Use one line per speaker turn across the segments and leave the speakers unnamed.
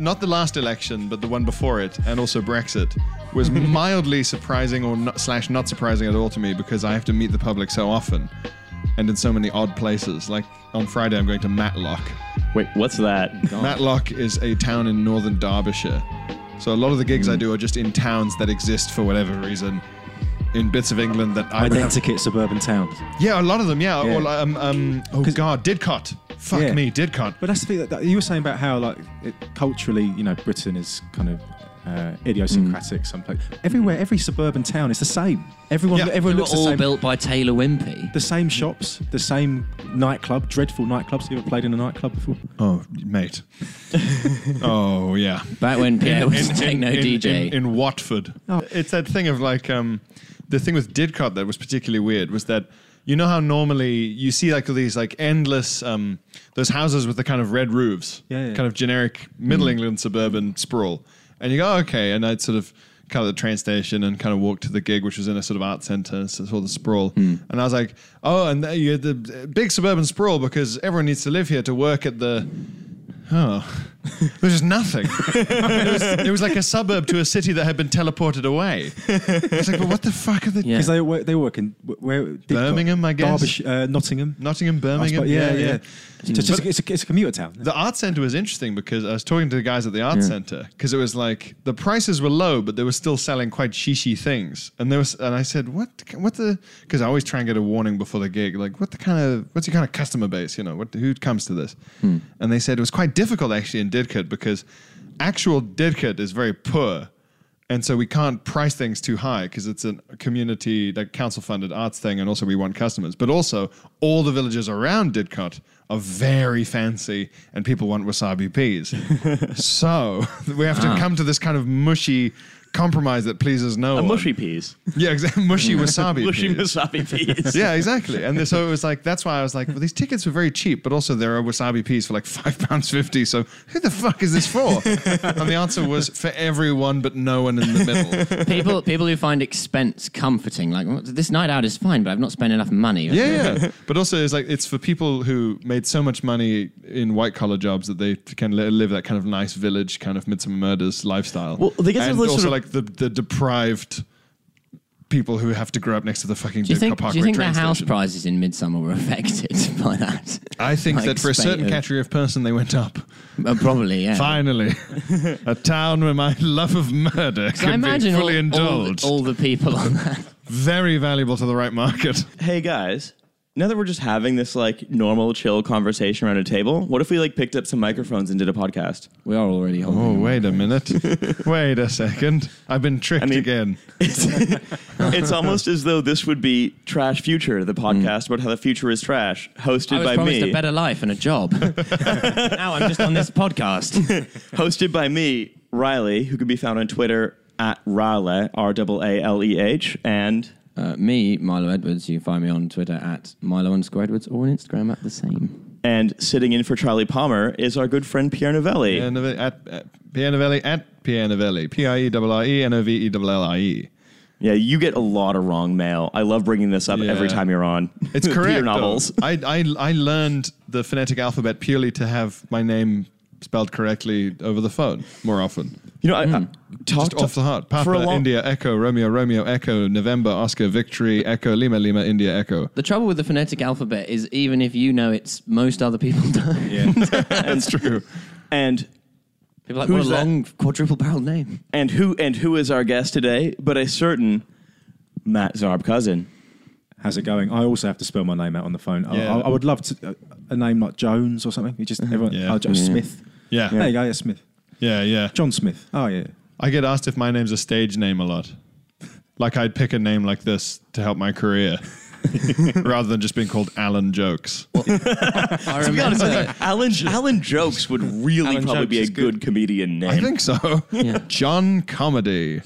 Not the last election, but the one before it, and also Brexit, was mildly surprising or not, slash not surprising at all to me because I have to meet the public so often, and in so many odd places. Like on Friday, I'm going to Matlock.
Wait, what's that?
Matlock is a town in northern Derbyshire. So a lot of the gigs
Mm.
I do are just in towns that exist for whatever reason, in bits of England that I would have-
Identikit suburban towns.
Yeah, a lot of them. Yeah.
Yeah.
Or like, um, um, oh god, Didcot. Fuck
Yeah.
me, Didcot.
But that's the thing that, that you were saying about how, like, it, culturally, you know, Britain is kind of uh, idiosyncratic. Someplace, everywhere, every suburban town is the same. Everyone,
Yeah.
everyone
They were
looks the
all
same.
built by Taylor Wimpey.
the same shops, the same nightclub, dreadful nightclubs. You ever played in a nightclub before?
Oh, mate. oh yeah.
Back when Pierre was a techno
in,
DJ.
in, in Watford.
Oh.
It's that thing of like um, the thing with Didcot that was particularly weird was that you know how normally you see like these like endless um, those houses with the kind of red roofs,
Yeah, yeah.
kind of generic middle England suburban sprawl, and you go "Oh, okay, and I'd sort of kind of the train station and kind of walked to the gig which was in a sort of art center so saw the sprawl
Hmm.
and i was like oh and you had the uh, big suburban sprawl because everyone needs to live here to work at the Oh, there was just nothing. it, was, it was like a suburb to a city that had been teleported away. It's like, but what the fuck are they?
Yeah.
Because they work, they work in where Didcot,
Birmingham, I guess.
Derbyshire, uh, Nottingham.
Nottingham,
I
Birmingham.
suppose- yeah, yeah. So it's, just,
But-
it's, a, it's a commuter town.
The art center was interesting because I was talking to the guys at the art center because it was like the prices were low, but they were still selling quite shishy things. And there was, and I said, what, what the? Because I always try and get a warning before the gig, like what the kind of, what's your kind of customer base? You know, what who comes to this?
Hmm.
And they said it was quite difficult actually in Didcot because actual Didcot is very poor. And so we can't price things too high because it's a community, like council funded arts thing, and also we want customers. But also, all the villages around Didcot are very fancy and people want wasabi peas. so we have
Ah.
to come to this kind of mushy compromise that pleases no
A
one.
mushy peas.
Yeah, exactly. Mushy wasabi.
mushy
peas.
wasabi peas.
Yeah, exactly. And so it was like that's why I was like, well, these tickets were very cheap, but also there are wasabi peas for like five pounds fifty. So who the fuck is this for? and the answer was for everyone, but no one in the middle.
people people who find expense comforting, like "Well, this night out is fine, but I've not spent enough money.
Yeah, yeah. But also, it's like it's for people who made so much money in white collar jobs that they can li- live that kind of nice village, kind of midsummer murders lifestyle.
Well, they get to
and
those
also
sort of-
like the the deprived people who have to grow up next to the fucking
Do you think,
Parkway
do you think the
train
house
station.
prices in Midsummer were affected by that?
I think
Like
that for a certain
spate of-
category of person, they went up.
Uh, probably, yeah.
Finally, a town where my love of murder
So I
can be
imagine all,
fully
all,
indulged.
the, all the people on that.
Very valuable to the right market.
Hey guys, now that we're just having this like normal, chill conversation around a table, what if we like picked up some microphones and did a podcast?
We are already holding.
Oh, wait a minute. wait a second. I've been tricked
mean-
again.
It's, it's almost as though this would be Trash Future, the podcast about how the future is trash,
I
hosted
was
by
promised
me.
a better life and a job. now I'm just on this podcast.
hosted by me, Riley, who can be found on Twitter at Riley, R A A L E H, and
Uh, me, Milo Edwards. You can find me on Twitter at Milo underscore Edwards or on Instagram at the same.
and sitting in for Charlie Palmer is our good friend Pierre Novelli.
Pianovelli E at, at Pianovelli E at Pianovelli. P I E R R E N O V E L L I E.
yeah, you get a lot of wrong mail. I love bringing this up
Yeah.
every time you're on.
It's correct.
Peter
though.
novels.
I, I I learned the phonetic alphabet purely to have my name spelled correctly over the phone more often.
You know, I, I talk
Just
to-
off the heart.
for
Papa
a long-
India Echo Romeo Romeo Echo November Oscar Victory Echo Lima Lima India Echo.
The trouble with the phonetic alphabet is even if you know it's most other people don't.
That's true.
And
People are like,
Who's
what a
that?
long quadruple barreled name.
and who and who is our guest today? But a certain Matt Zarb cousin.
How's it going? I also have to spell my name out on the phone. I-
Yeah.
I, I would love to, a, a name like Jones or something. You just everyone.
Yeah.
Oh, Jo-
Yeah.
Smith.
Yeah.
There you go. Yeah, Smith.
Yeah, yeah.
John Smith. Oh yeah.
I get asked if my name's a stage name a lot. Like I'd pick a name like this to help my career. rather than just being called Alan Jokes.
I remember.
Alan, Alan Jokes would really
Alan
probably
Jokes
be a
is
good,
good.
comedian name.
I think so. John Comedy.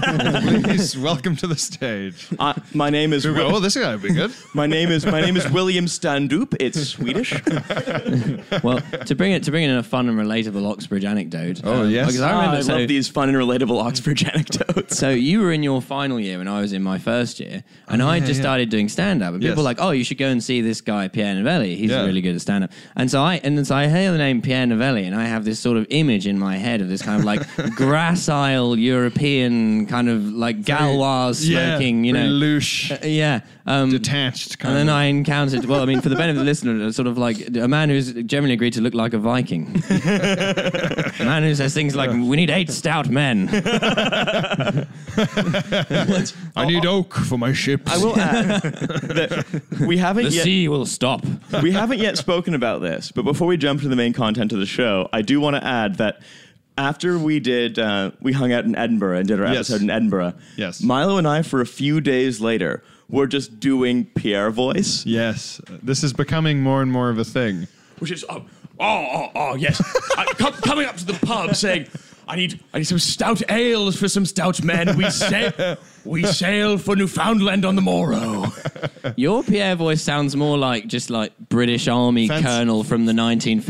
Please welcome to the stage.
Uh, my name is
We go,
Will-
oh, this guy would be good.
my name is my name is William Standup. It's Swedish.
well, to bring it to bring in a fun and relatable Oxbridge anecdote. um,
Oh, yes. Ah.
Because I
Ah,
remember
I
so,
love these fun and relatable Oxbridge anecdotes.
so you were in your final year and I was in my first year, and I just started doing stand up. And
Oh, Yes.
people were like, "Oh, you should go and see this guy Pierre Novelli. He's
Yeah.
really good at stand up." And so I and then so I hear the name Pierre Novelli, and I have this sort of image in my head of this kind of like gracile European kind of like Galois smoking, you know,
Lelouch,
yeah. Um,
detached kind
and then
of.
I encountered, well, I mean, for the benefit of the listener, a sort of like a man who's generally agreed to look like a Viking. a man who says things like, we need eight stout men.
I need oak for my ships.
I will add that we haven't
The
yet
sea will stop.
we haven't yet spoken about this, but before we jump to the main content of the show, I do want to add that after we did, uh, we hung out in Edinburgh and did our
Yes.
episode in Edinburgh.
Yes.
Milo and I, for a few days later, were just doing Pierre voice,
yes, this is becoming more and more of a thing.
Which is, oh, oh, oh, oh yes. I, com- coming up to the pub saying, I need, I need some stout ales for some stout men. We sail, we sail for Newfoundland on the morrow.
Your Pierre voice sounds more like just like British Army
Fancy-
colonel from the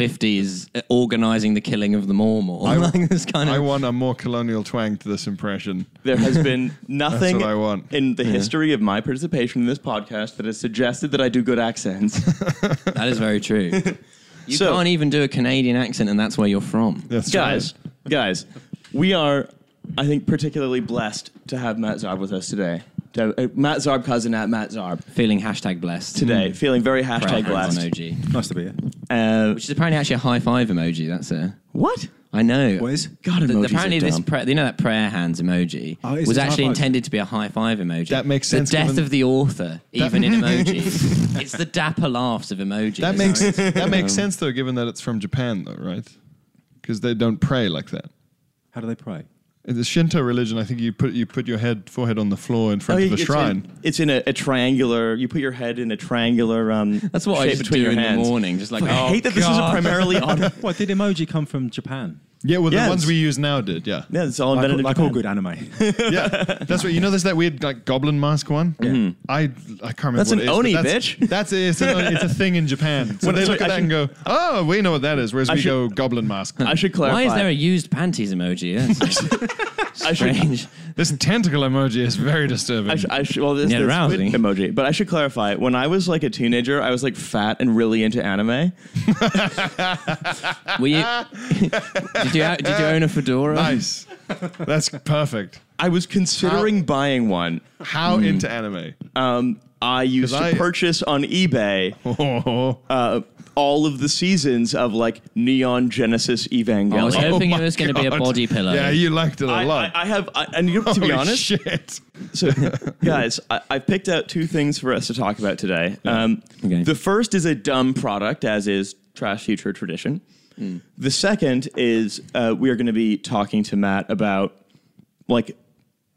1950s uh, organizing the killing of the Mormor. like this kind
I
of.
want a more colonial twang to this impression.
There has been nothing
what I want.
in the history of my participation in this podcast that has suggested that I do good accents.
that is very true. You
So-
can't even do a Canadian accent, and that's where you're from.
That's
guys, guys, we are, I think, particularly blessed to have Matt Zarb with us today. To have, uh, Matt Zarb, cousin at Matt Zarb,
Feeling hashtag blessed.
Hmm.
today, feeling very hashtag
Proud
blessed.
emoji.
Nice to be here.
Uh,
Which is apparently actually a high five emoji. That's it.
what?
I know.
What is?
God,
Th-
emojis
apparently
are
this
dumb.
prayer, you know that prayer hands emoji
Oh, is
was
it high
actually
fives?
intended to be a high five emoji.
That makes sense
The death
given-
of the author, even in emojis. it's the dapper laughs of emojis.
That makes that makes sense though, given that it's from Japan though, right? Because they don't pray like that.
How do they pray?
In the Shinto religion, I think you put you put your head forehead on the floor in
Oh,
front of a
it's
shrine.
In, it's in a, a triangular. You put your head in a triangular. Um,
That's what I
shape
just
between
do
your
in
hands.
the morning. Just like
I
oh,
hate that this
God.
is a primarily. audio.
What did emoji come from Japan?
yeah, well,
Yes.
the ones we use now did. Yeah,
yeah, it's all
Like,
invented in
like all
Japan.
good anime.
yeah. That's what you know. There's that weird like goblin mask one. I I can't remember.
Mm-hmm. That's
what
an
it is, but
oni,
that's,
bitch.
That's it's, an oni- it's a thing in Japan. So
When
they
it's
look
like-
at
I
that and go, "Oh, we know what that is." Whereas
I
we
should-
go, "Goblin mask."
I should clarify.
Why is there a used panties emoji? That's
I should-
strange.
this tentacle emoji is very disturbing.
I should, I should, well, this,
Yeah,
this
rousing.
squid emoji. But I should clarify. When I was like a teenager, I was like fat and really into anime.
Were you, did you did you own a fedora?
nice. That's perfect.
I was considering buying one.
How into anime?
Um, Hmm. I used to
I-
purchase on eBay
Oh,
uh, all of the seasons of like Neon Genesis Evangelion.
I was hoping
Oh
it was
my
going to be a
God.
body pillow.
Yeah, you liked it a
I,
lot.
I, I have, I, and you know, to be
Holy
honest,
shit.
so guys, I, I picked out two things for us to talk about today. Um,
Okay.
The first is a dumb product, as is Trash Future Tradition. The second is uh, we are going to be talking to Matt about like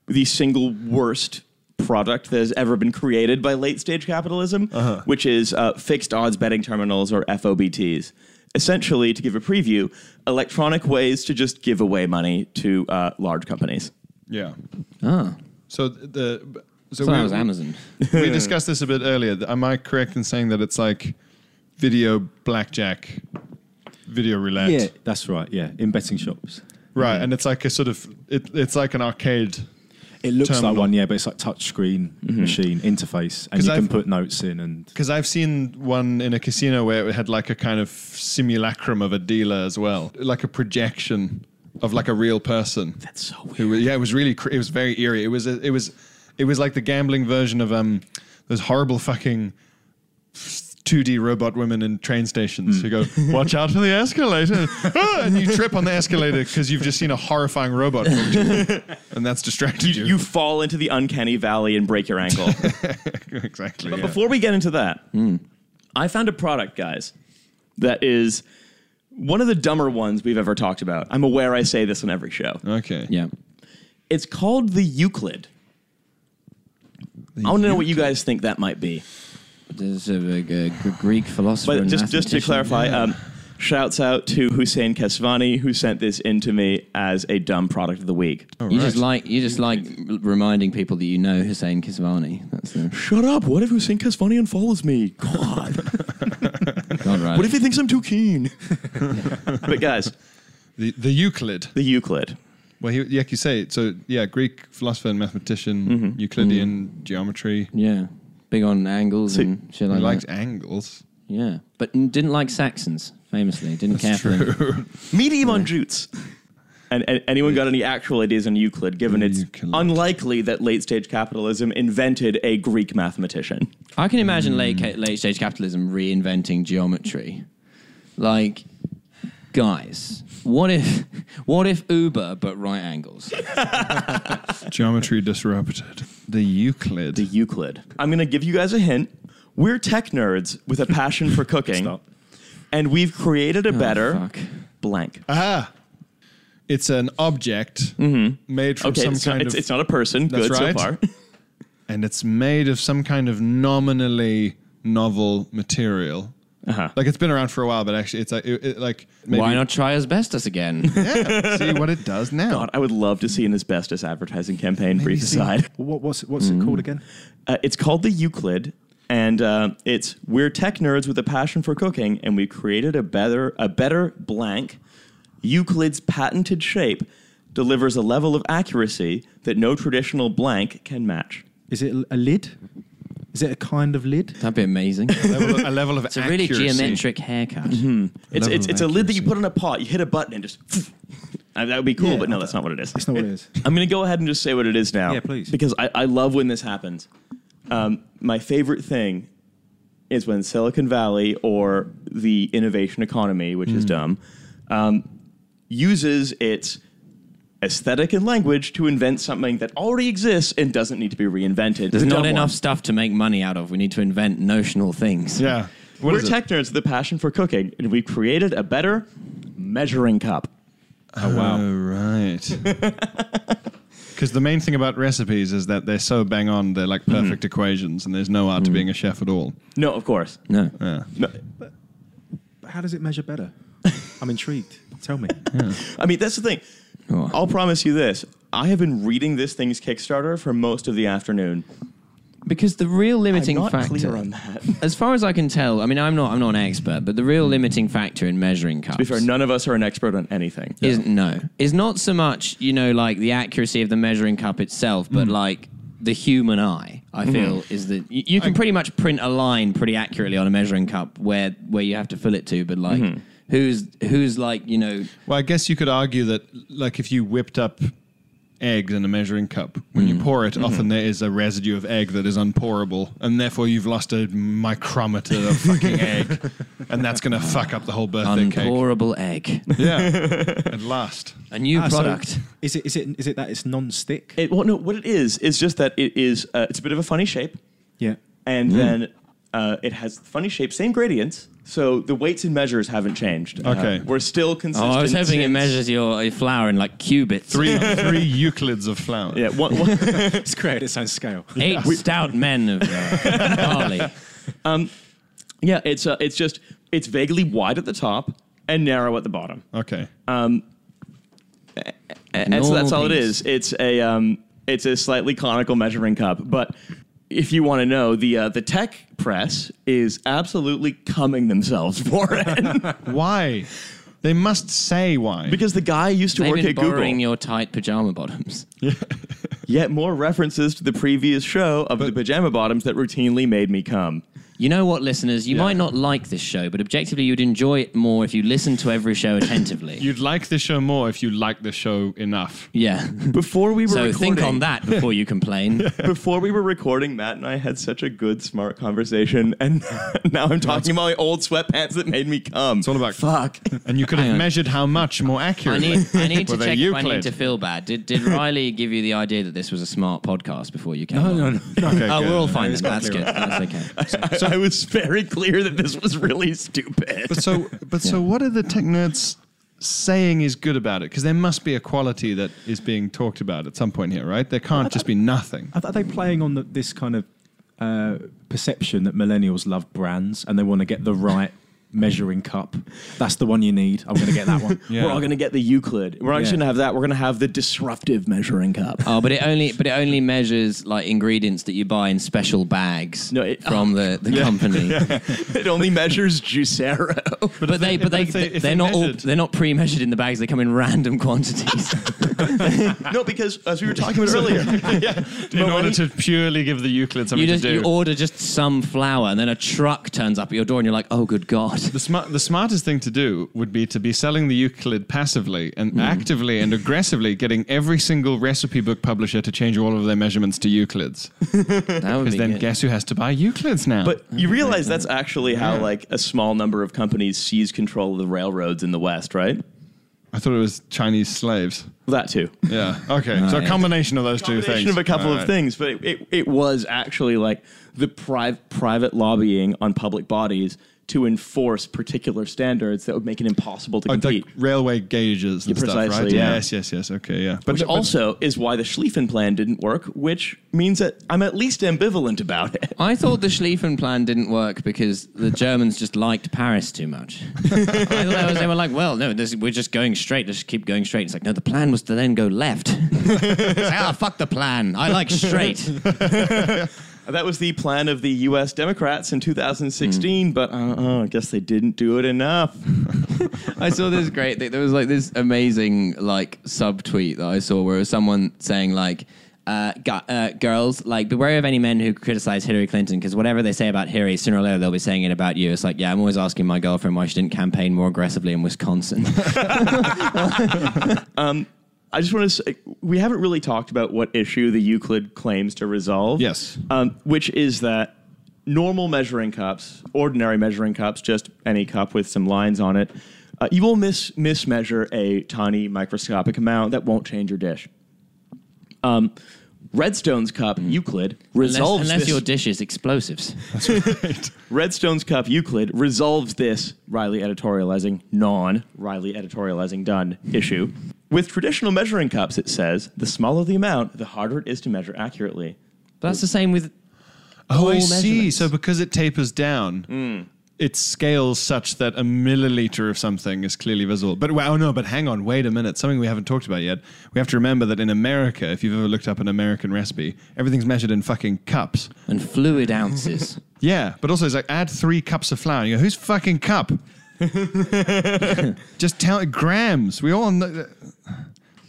the single worst product that has ever been created by late stage capitalism, which is uh, fixed odds betting terminals or FOBTs. Essentially, to give a preview, electronic ways to just give away money to uh, large companies.
Yeah.
Ah,
So the so
so
we,
that was Amazon.
we discussed this a bit earlier. Am I correct in saying that it's like video blackjack, video roulette?
that's right. Yeah, in betting shops.
Right, and it's like a sort of it, it's like an arcade.
It looks
Terminal.
like one, yeah, but it's like Mm-hmm. touch screen machine interface, and
'Cause
you
I've-
can put notes in and
Because I've seen one in a casino where it had like a kind of simulacrum of a dealer as well, like a projection of like a real person. That's so weird. yeah, it was really cr- it was very eerie. It was a, it was it was like the gambling version of um those horrible fucking. 2D robot women in train stations who go, watch out for the escalator. Ah, and you trip on the escalator because you've just seen a horrifying robot. film you. and that's distracted you.
You fall into the uncanny valley and break your ankle.
exactly.
But
yeah.
before we get into that, I found a product, guys, that is one of the dumber ones we've ever talked about. I'm aware I say this on Uh. every show.
okay.
Yeah.
It's called the Euclid. I want to know what you guys think that might be.
There's a, a, a G- Greek philosopher.
But
and
just just to
mathematician.
clarify, um, shouts out to Hussein Kesvani who sent this in to me as a dumb product of the week.
you just like you just like r- reminding people that you know Hussein Kisvani. That's the
Shut up! What if Hussein Kesvani unfollows me? God,
God right.
what if he thinks I'm too keen? but guys,
the, the Euclid.
the Euclid.
Well, he, like you say, so yeah, Greek philosopher and mathematician,
Mm-hmm.
Euclidean geometry.
yeah, big on angles
So-
and shit
He
like
liked
that.
angles.
Yeah, but n- didn't like Saxons famously. Didn't care for them.
Medium on Jutes. And, and anyone got any actual ideas on Euclid, given it's
Euclid.
unlikely that late stage capitalism invented a Greek mathematician?
I can imagine late,
Hmm.
ca- late stage capitalism reinventing geometry. Like, guys, what if what if Uber but right angles?
Geometry disrupted. The Euclid.
The Euclid. I'm going to give you guys a hint. We're tech nerds with a passion for cooking.
Stop.
And we've created a
Oh,
better
fuck.
blank.
ah, it's an object made from
Mm-hmm. okay,
some
it's
kind
not, it's,
of,
it's not a person.
That's
Good
right.
so far.
and it's made of some kind of nominally novel material.
Uh-huh.
Like it's been around for a while, but actually, it's like it, it- like maybe
Why not try asbestos again?
yeah, see what it does now.
God, I would love to see an asbestos advertising campaign, brief aside.
What, what's what's it called again?
Uh, it's called the Euclid, and uh, it's we're tech nerds with a passion for cooking, and we created a better a better blank. Euclid's patented shape delivers a level of accuracy that no traditional blank can match.
Is it a lid? Is it a kind of lid?
That'd be amazing. It's
Level- a level of
a really
accuracy. Mm-hmm.
geometric haircut.
It's
level
it's,
of
it's a lid that you
accuracy.
put on a pot. You hit a button and just. and that would be cool,
Yeah,
but
I-
no, that's not what it is.
That's not what it is.
I'm going to go ahead and just say what it is now.
Yeah, please.
Because I, I love when this happens. Um, my favorite thing is when Silicon Valley or the innovation economy, which is dumb, um, uses its aesthetic and language to invent something that already exists and doesn't need to be reinvented.
There's
The
not
dumb one.
enough stuff to make money out of. We need to invent notional things.
Yeah. What
We're
is it?
tech nerds with a passion for cooking, and we created a better measuring cup.
Oh wow.
Oh, right. Because the main thing about recipes is that they're so bang on, they're like perfect equations, and there's no art to being a chef at all.
No, of course.
No.
No,
But how does it measure better? I'm intrigued. Tell me.
I mean, that's the thing.
Oh.
I'll promise you this. I have been reading this thing's Kickstarter for most of the afternoon.
Because the real limiting
I'm not
factor
clear on that. to
as far as I can tell, I mean I'm not I'm not an expert, but the real limiting factor in measuring cups
be fair, none of us are an expert on anything.
is no is not so much you know like the accuracy of the measuring cup itself
Mm.
but like the human eye
Mm-hmm.
i feel is that you, you can pretty much print a line pretty accurately on a measuring cup where where you have to fill it to but like
Mm-hmm.
who's who's like you know
Well, I guess you could argue that, like, if you whipped up eggs in a measuring cup, when you pour it, often there is a residue of egg that is unpourable, and therefore you've lost a micrometer of fucking egg, and that's going to fuck up the whole birthday cake.
unpourable egg
Yeah, at last.
a new
Ah, so
product
is it is it is it that it's non-stick?
It, well, no, what it is is just that it is. Uh, it's a bit of a funny shape,
yeah.
and
Hmm.
then uh, it has funny shape, same gradients. So the weights and measures haven't changed. Uh,
Okay.
we're still
oh
consistent.
i was hoping it
since-
measures your, your flour in like cubits
Three, three Euclids of flour.
Yeah, one, one,
It's created its own scale.
eight stout men of uh, barley
yeah. It's uh, it's just it's vaguely wide at the top and narrow at the bottom.
Okay.
And so that's all it
Normal
is. It's a um, it's a slightly conical measuring cup. But if you want to know, the uh, the tech press is absolutely cumming themselves for it
why? They must say why.
because the guy used to
they've
work
been
at Google.
borrowing your tight pajama bottoms
Yet more references to the previous show of the pajama bottoms that routinely made me come.
You know what, listeners? You might not like this show, but objectively, you'd enjoy it more if you listened to every show attentively.
You'd like the show more if you like the show enough.
yeah.
Before we were
So
recording,
think on that before you complain.
Before we were recording, Matt and I had such a good, smart conversation, and now I'm talking about my old sweatpants that made me come.
It's all about
fuck.
And you could have
on.
measured how much more
I
accurately.
need, I need to
With a
check if I
Euclid.
need to feel bad. Did, did Riley give you the idea that this was a smart podcast before you came? on?
no, no.
Okay,
Oh,
good.
we're all fine. Then. That's good. That's okay.
So I was very clear that this was really stupid.
But so, but so, what are the tech nerds saying is good about it? Because there must be a quality that is being talked about at some point here, right? There can't just be nothing.
Are, are they playing on the, this kind of uh, perception that millennials love brands and they want to get the right measuring cup? That's the one you need. I'm going to get that one.
Yeah.
We're all going to get the Euclid. We're not
Yeah.
just going to have that. We're going to have the disruptive measuring cup.
Oh, but it only but it only measures like ingredients that you buy in special bags
No, it-
from the, the company.
it only measures Juicero.
But, they but they,
if they-
they
if
they're
it
not all,
measured-
they're not pre-measured in the bags. They come in random quantities.
no, because as we were talking about earlier, yeah,
In order to purely give the Euclid something
you just
to do.
you order just some flour, and then a truck turns up at your door, and you're like, oh, good god.
the, smart, the smartest thing to do would be to be selling the Euclid passively and
Hmm.
actively and aggressively getting every single recipe book publisher to change all of their measurements to Euclids.
That would be
Because then
good.
guess who has to buy Euclids now?
But you realize that's
Mm-hmm.
actually how like a small number of companies seize control of the railroads in the West, right?
I thought it was Chinese slaves.
That too.
Yeah. Okay. so a
yeah.
combination of those two
Combination
things.
of a couple
All
of
right.
things, but it, it, it was actually like the pri- private lobbying on public bodies to enforce particular standards that would make it impossible to
Oh, like
compete.
railway gauges and
Yeah,
stuff, right?
precisely, yeah.
Yes, yes, yes. Okay, yeah. But,
which
but-
also is why the Schlieffen plan didn't work, which means that I'm at least ambivalent about it.
I thought the Schlieffen plan didn't work because the Germans just liked Paris too much. I thought that was, they were like, well, no, this, we're just going straight. Let's keep going straight. It's like, no, the plan was to then go left. it's like, ah, fuck the plan. I like straight.
That was the plan of the U.S. Democrats in 2016, but uh, uh, I guess they didn't do it enough.
I saw this great thing. There was like this amazing like sub tweet that I saw where it was someone saying like, uh, gu- uh, girls, like beware of any men who criticize Hillary Clinton because whatever they say about Hillary, sooner or later they'll be saying it about you. It's like, yeah, I'm always asking my girlfriend why she didn't campaign more aggressively in Wisconsin.
I just want to say we haven't really talked about what issue the Euclid claims to resolve.
Yes.
Um, which is that normal measuring cups, ordinary measuring cups, just any cup with some lines on it, uh, you will mis- mismeasure a tiny microscopic amount that won't change your dish. Um, Redstone's cup, Euclid, resolves
Mm. unless, unless
this.
your dish is explosives.
Redstone's Cup Euclid resolves this Riley editorializing, non Riley editorializing done issue. With traditional measuring cups, it says the smaller the amount, the harder it is to measure accurately.
But that's the same with
oh, I
all
see.
measurements.
So because it tapers down,
Hmm.
it scales such that a milliliter of something is clearly visible. But well, oh no, but hang on, wait a minute. Something we haven't talked about yet. We have to remember that in America, if you've ever looked up an American recipe, everything's measured in fucking cups.
and fluid ounces.
Yeah, but also it's like add three cups of flour. And you go, whose fucking cup? Just tell it grams. We all know.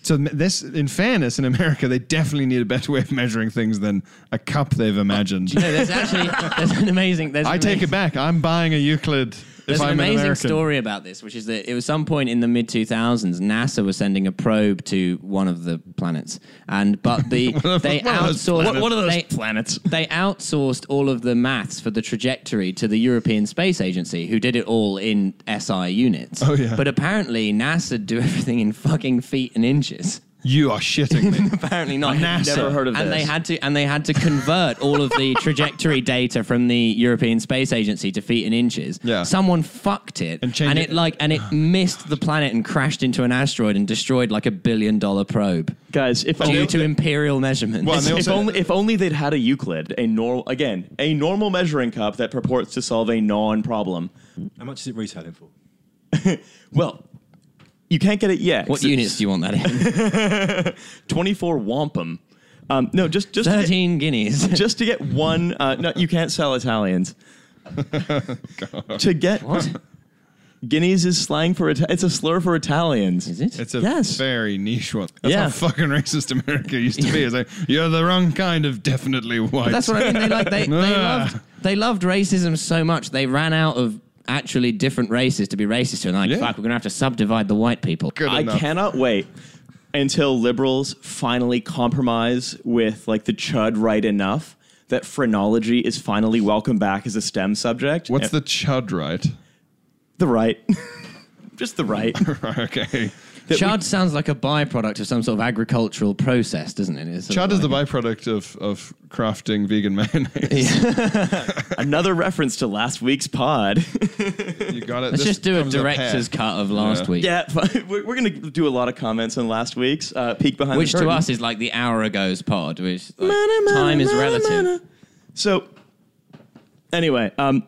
So this, in fairness, in America, they definitely need a better way of measuring things than a cup they've imagined.
no, there's actually there's an amazing. There's
I
an
take
amazing-
it back. I'm buying a Euclid.
There's
if
an
I'm an
amazing
American.
story about this, which is that it was some point in the mid 2000s, NASA was sending a probe to one of the planets, and but the they
One of those
outsourced
What, what are those
they-
planets?
they outsourced all of the maths for the trajectory to the European Space Agency, who did it all in SI units.
Oh, yeah.
But apparently, NASA do everything in fucking feet and inches.
You are shitting me.
Apparently not.
NASA.
Never heard of
and
this.
they had to and they had to convert all of the trajectory data from the European Space Agency to feet and inches.
Yeah.
Someone fucked it
And changed
it
it.
like and it missed the planet and crashed into an asteroid and destroyed like a billion dollar probe
Guys, if
due
only,
to imperial measurements.
Well, and they
if,
also-
only, if only they'd had a Euclid, a normal, again, a normal measuring cup that purports to solve a non problem.
How much is it retailing for?
Well, you can't get it yet.
what units do you want that in?
24 wampum. Um, no, just, just to get-
Thirteen guineas.
just to get one. Uh, no, you can't sell Italians. to get
What?
guineas is slang for Ita- it's a slur for Italians.
Is it?
It's a
Yes.
very niche one. That's
Yeah.
how fucking racist America used to be. It's like, you're the wrong kind of definitely white.
That's what I mean. They like they, they
Ah.
loved they loved racism so much they ran out of actually different races to be racist to and like
Yeah.
fuck we're gonna have to subdivide the white people.
Good
I
enough.
cannot wait until liberals finally compromise with like the chud right enough that phrenology is finally welcome back as a STEM subject.
What's
And-
the chud right?
the right? Just the right.
okay.
that
Chard sounds like a byproduct of some sort of agricultural process, doesn't it? It's sort
Chad
of
is the
like-
byproduct of, of crafting vegan mayonnaise.
we- another reference to last week's pod.
You got it.
Let's
This
just do a
comes up here.
director's cut of last
Yeah.
week.
yeah, we're, we're going to do a lot of comments on last week's uh, peek behind
Which
the
to
curtain.
us is like the hour ago's pod, which like,
Mana, mana,
time is
mana,
relative.
mana. So, anyway, um,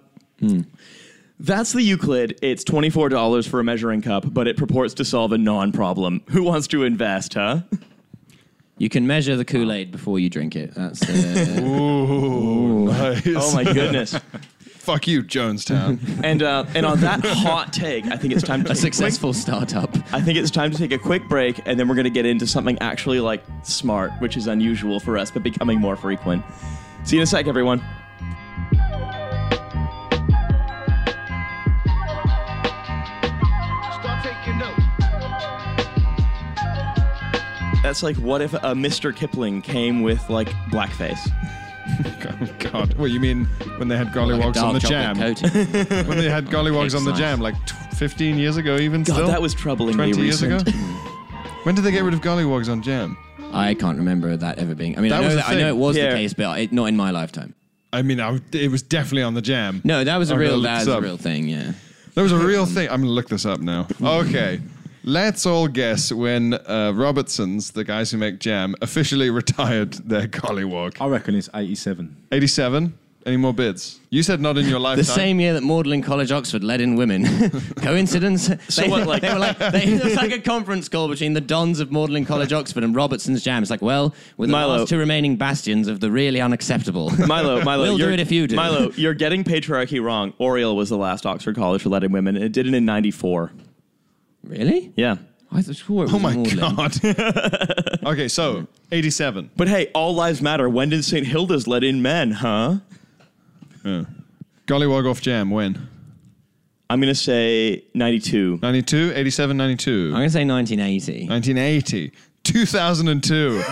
that's the Euclid. It's twenty four dollars for a measuring cup, but it purports to solve a non problem. Who wants to invest, huh?
You can measure the Kool Aid before you drink it. That's uh,
Nice.
Oh my goodness!
Fuck you, Jonestown.
and uh, and on that hot take, I think it's time to
a
take a quick-
successful startup.
I think it's time to take a quick break, and then we're going to get into something actually like smart, which is unusual for us, but becoming more frequent. See you in a sec, everyone.
Start taking notes.
That's like, what if a Mr. Kipling came with like blackface?
oh God. What you mean when they had gollywogs
Dark
on the jam?
chocolate coating.
When they had gollywogs on the
Cake's
jam, like t- 15 years ago, even
God,
still.
Oh, that was troubling.
20
me
years ago.
recent.
when did they get rid of gollywogs on jam?
I can't remember that ever being. I mean,
That
I know
was the
that, I know
thing.
it was
Yeah.
the case, but it, not in my lifetime.
I mean, I, it was definitely on the jam.
No, that was a
I'm gonna
real.
look
That
this
was a
up.
real thing. Yeah.
There was a real thing. I'm going to look this up now. Okay. Let's all guess when uh, Robertson's, the guys who make jam, officially retired their gollywog.
I reckon it's 87.
87? Any more bids? You said not in your
The
lifetime.
same year that Magdalen College, Oxford, let in women. Coincidence? they,
what, like-
they were like, they, it was like a conference call between the dons of Magdalen College, Oxford, and Robertson's Jam. It's like, well, with the
Milo.
last two remaining bastions of the really unacceptable.
Milo, Milo,
We'll do
you're,
it if you do.
Milo, you're getting patriarchy wrong. Oriel was the last Oxford college for letting women, and it did it in '94.
really?
Yeah,
I thought sure it was
Oh my
Magdalen.
God. okay, so 87.
but hey, all lives matter. When did St. Hilda's let in men? Huh?
Gollywog off jam, when?
I'm gonna say '92.
92, 87, 92.
I'm going to say 1980.
1980. 2002.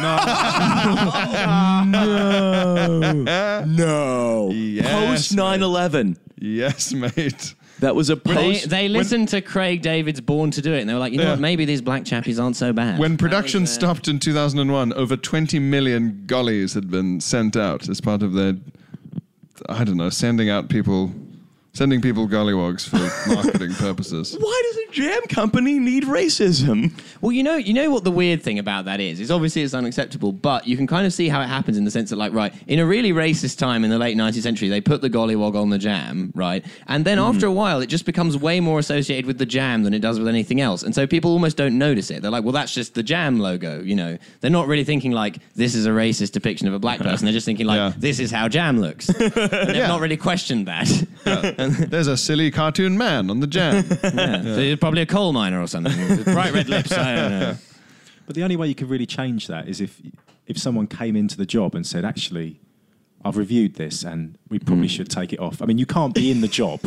No,
Yes,
post 9/11.
Yes, mate.
That was a
They,
post.
they listened to Craig David's Born to Do It, and they were like, you know
Yeah.
what, maybe these black chappies aren't so bad.
When production
was, uh,
stopped in 2001, over 20 million gollies had been sent out as part of their, I don't know, sending out people, sending people gollywogs for marketing purposes.
Why does a jam company need racism?
Well, you know, you know what the weird thing about that is. It's obviously it's unacceptable, but you can kind of see how it happens in the sense that, like, right, in a really racist time in the late 19th century, they put the gollywog on the jam, right, and then after a while, it just becomes way more associated with the jam than it does with anything else, and so people almost don't notice it. They're like, well, that's just the jam logo, you know. They're not really thinking like this is a racist depiction of a black person. They're just thinking like
Yeah.
this is how jam looks. and they've not really questioned that.
There's a silly cartoon man on the jam.
Yeah. So it's probably a coal miner or something. with Bright red lips. I don't know.
But the only way you could really change that is if if someone came into the job and said, actually, I've reviewed this and we probably
Mm.
should take it off. I mean, you can't be in the job,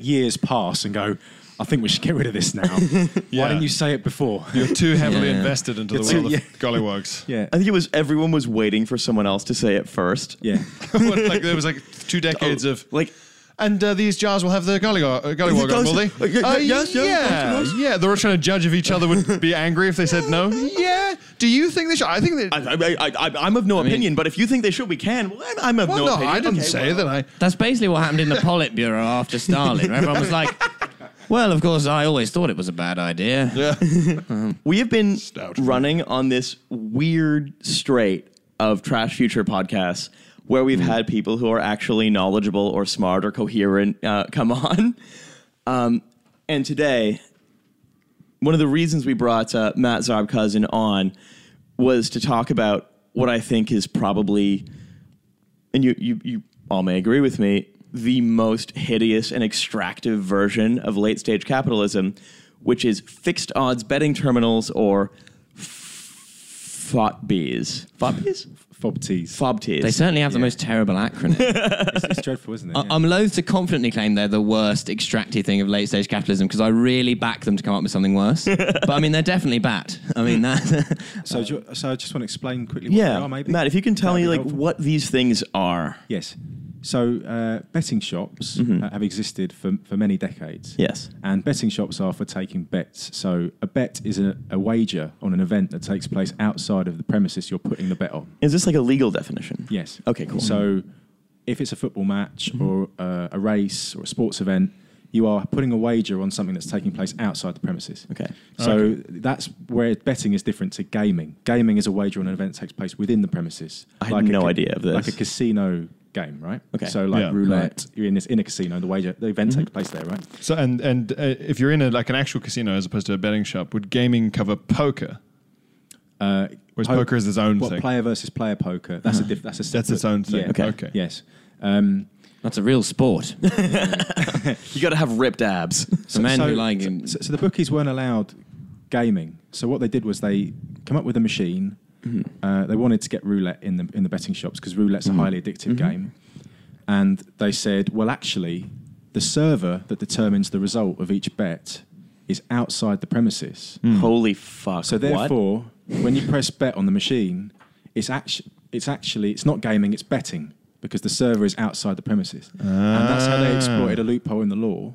years pass and go, I think we should get rid of this now. Why didn't you say it before?
You're too heavily
Yeah.
invested into the
You're too-
world of
yeah.
gollywogs.
yeah.
I think it was everyone was waiting for someone else to say it first.
Yeah.
like there was like two decades of
Like
And uh, these jars will have the gollywog, uh, gollywog on, will they?
Uh, y- y- yes,
yeah,
yes,
yeah,
yes,
They're all trying to judge if each other would be angry if they said no. Yeah. Do you think they should? I think that.
I, I, I, I, I'm of no opinion, but if you think they should, we can. Well, I'm- I'm of
well,
no,
no,
opinion.
I didn't
Okay,
say
well.
that. I.
That's basically what happened in the Politburo after Stalin. Everyone was like, well, of course, I always thought it was a bad idea.
We have been
Stout.
running on this weird straight of Trash Future podcasts where we've had people who are actually knowledgeable or smart or coherent uh, come on. Um, and today, one of the reasons we brought uh, Matt Zarb Cousin on was to talk about what I think is probably, and you, you, you all may agree with me, the most hideous and extractive version of late stage capitalism, which is fixed odds betting terminals or FOTBs. FOTBs?
Fobties.
FOBTs.
They certainly have the most terrible acronym.
It's, it's dreadful, isn't it?
I- I'm loath to confidently claim they're the worst extractive thing of late stage capitalism because I really back them to come up with something worse. but I mean, they're definitely bad. I mean, that.
Yeah. so, do you- so I just want to explain quickly what they
yeah.
are, Oh, maybe.
Matt, if you can tell
That'd
me
be
like
helpful.
what these things are.
Yes. So uh, betting shops
Mm-hmm.
uh, have existed for, for many decades.
Yes.
And betting shops are for taking bets. So a bet is a, a wager on an event that takes place outside of the premises you're putting the bet on.
Is this like a legal definition?
Yes.
Okay, cool. Mm-hmm.
So if it's a football match or uh, a race or a sports event, you are putting a wager on something that's taking place outside the premises.
Okay.
So that's where betting is different to gaming. Gaming is a wager on an event that takes place within the premises.
I had
a
no
ca-
idea of this.
Like a casino game, right?
Okay. Mm-hmm.
So like
Yeah.
roulette,
Right.
you're in this in a casino, the wager the event takes place there, right?
So and and uh, if you're in a, like an actual casino as opposed to a betting shop, would gaming cover poker?
Uh,
Whereas poker is its own
what,
thing. Ah.
Player versus player poker. That's a diff- that's a
That's its
separate-
own thing.
Yeah.
Okay.
Yes. Um,
That's a real sport.
You got to have ripped abs.
The men
so,
who like
so-
him.
So, so the bookies weren't allowed gaming. So what they did was they come up with a machine.
Mm-hmm.
Uh, they wanted to get roulette in the in the betting shops because roulette's a highly addictive
Mm-hmm.
game. And they said, well, actually, the server that determines the result of each bet is outside the premises.
Mm.
Holy fuck.
So therefore, when you press bet on the machine, it's actually it's actually it's not gaming, it's betting because the server is outside the premises, and that's how they exploited a loophole in the law.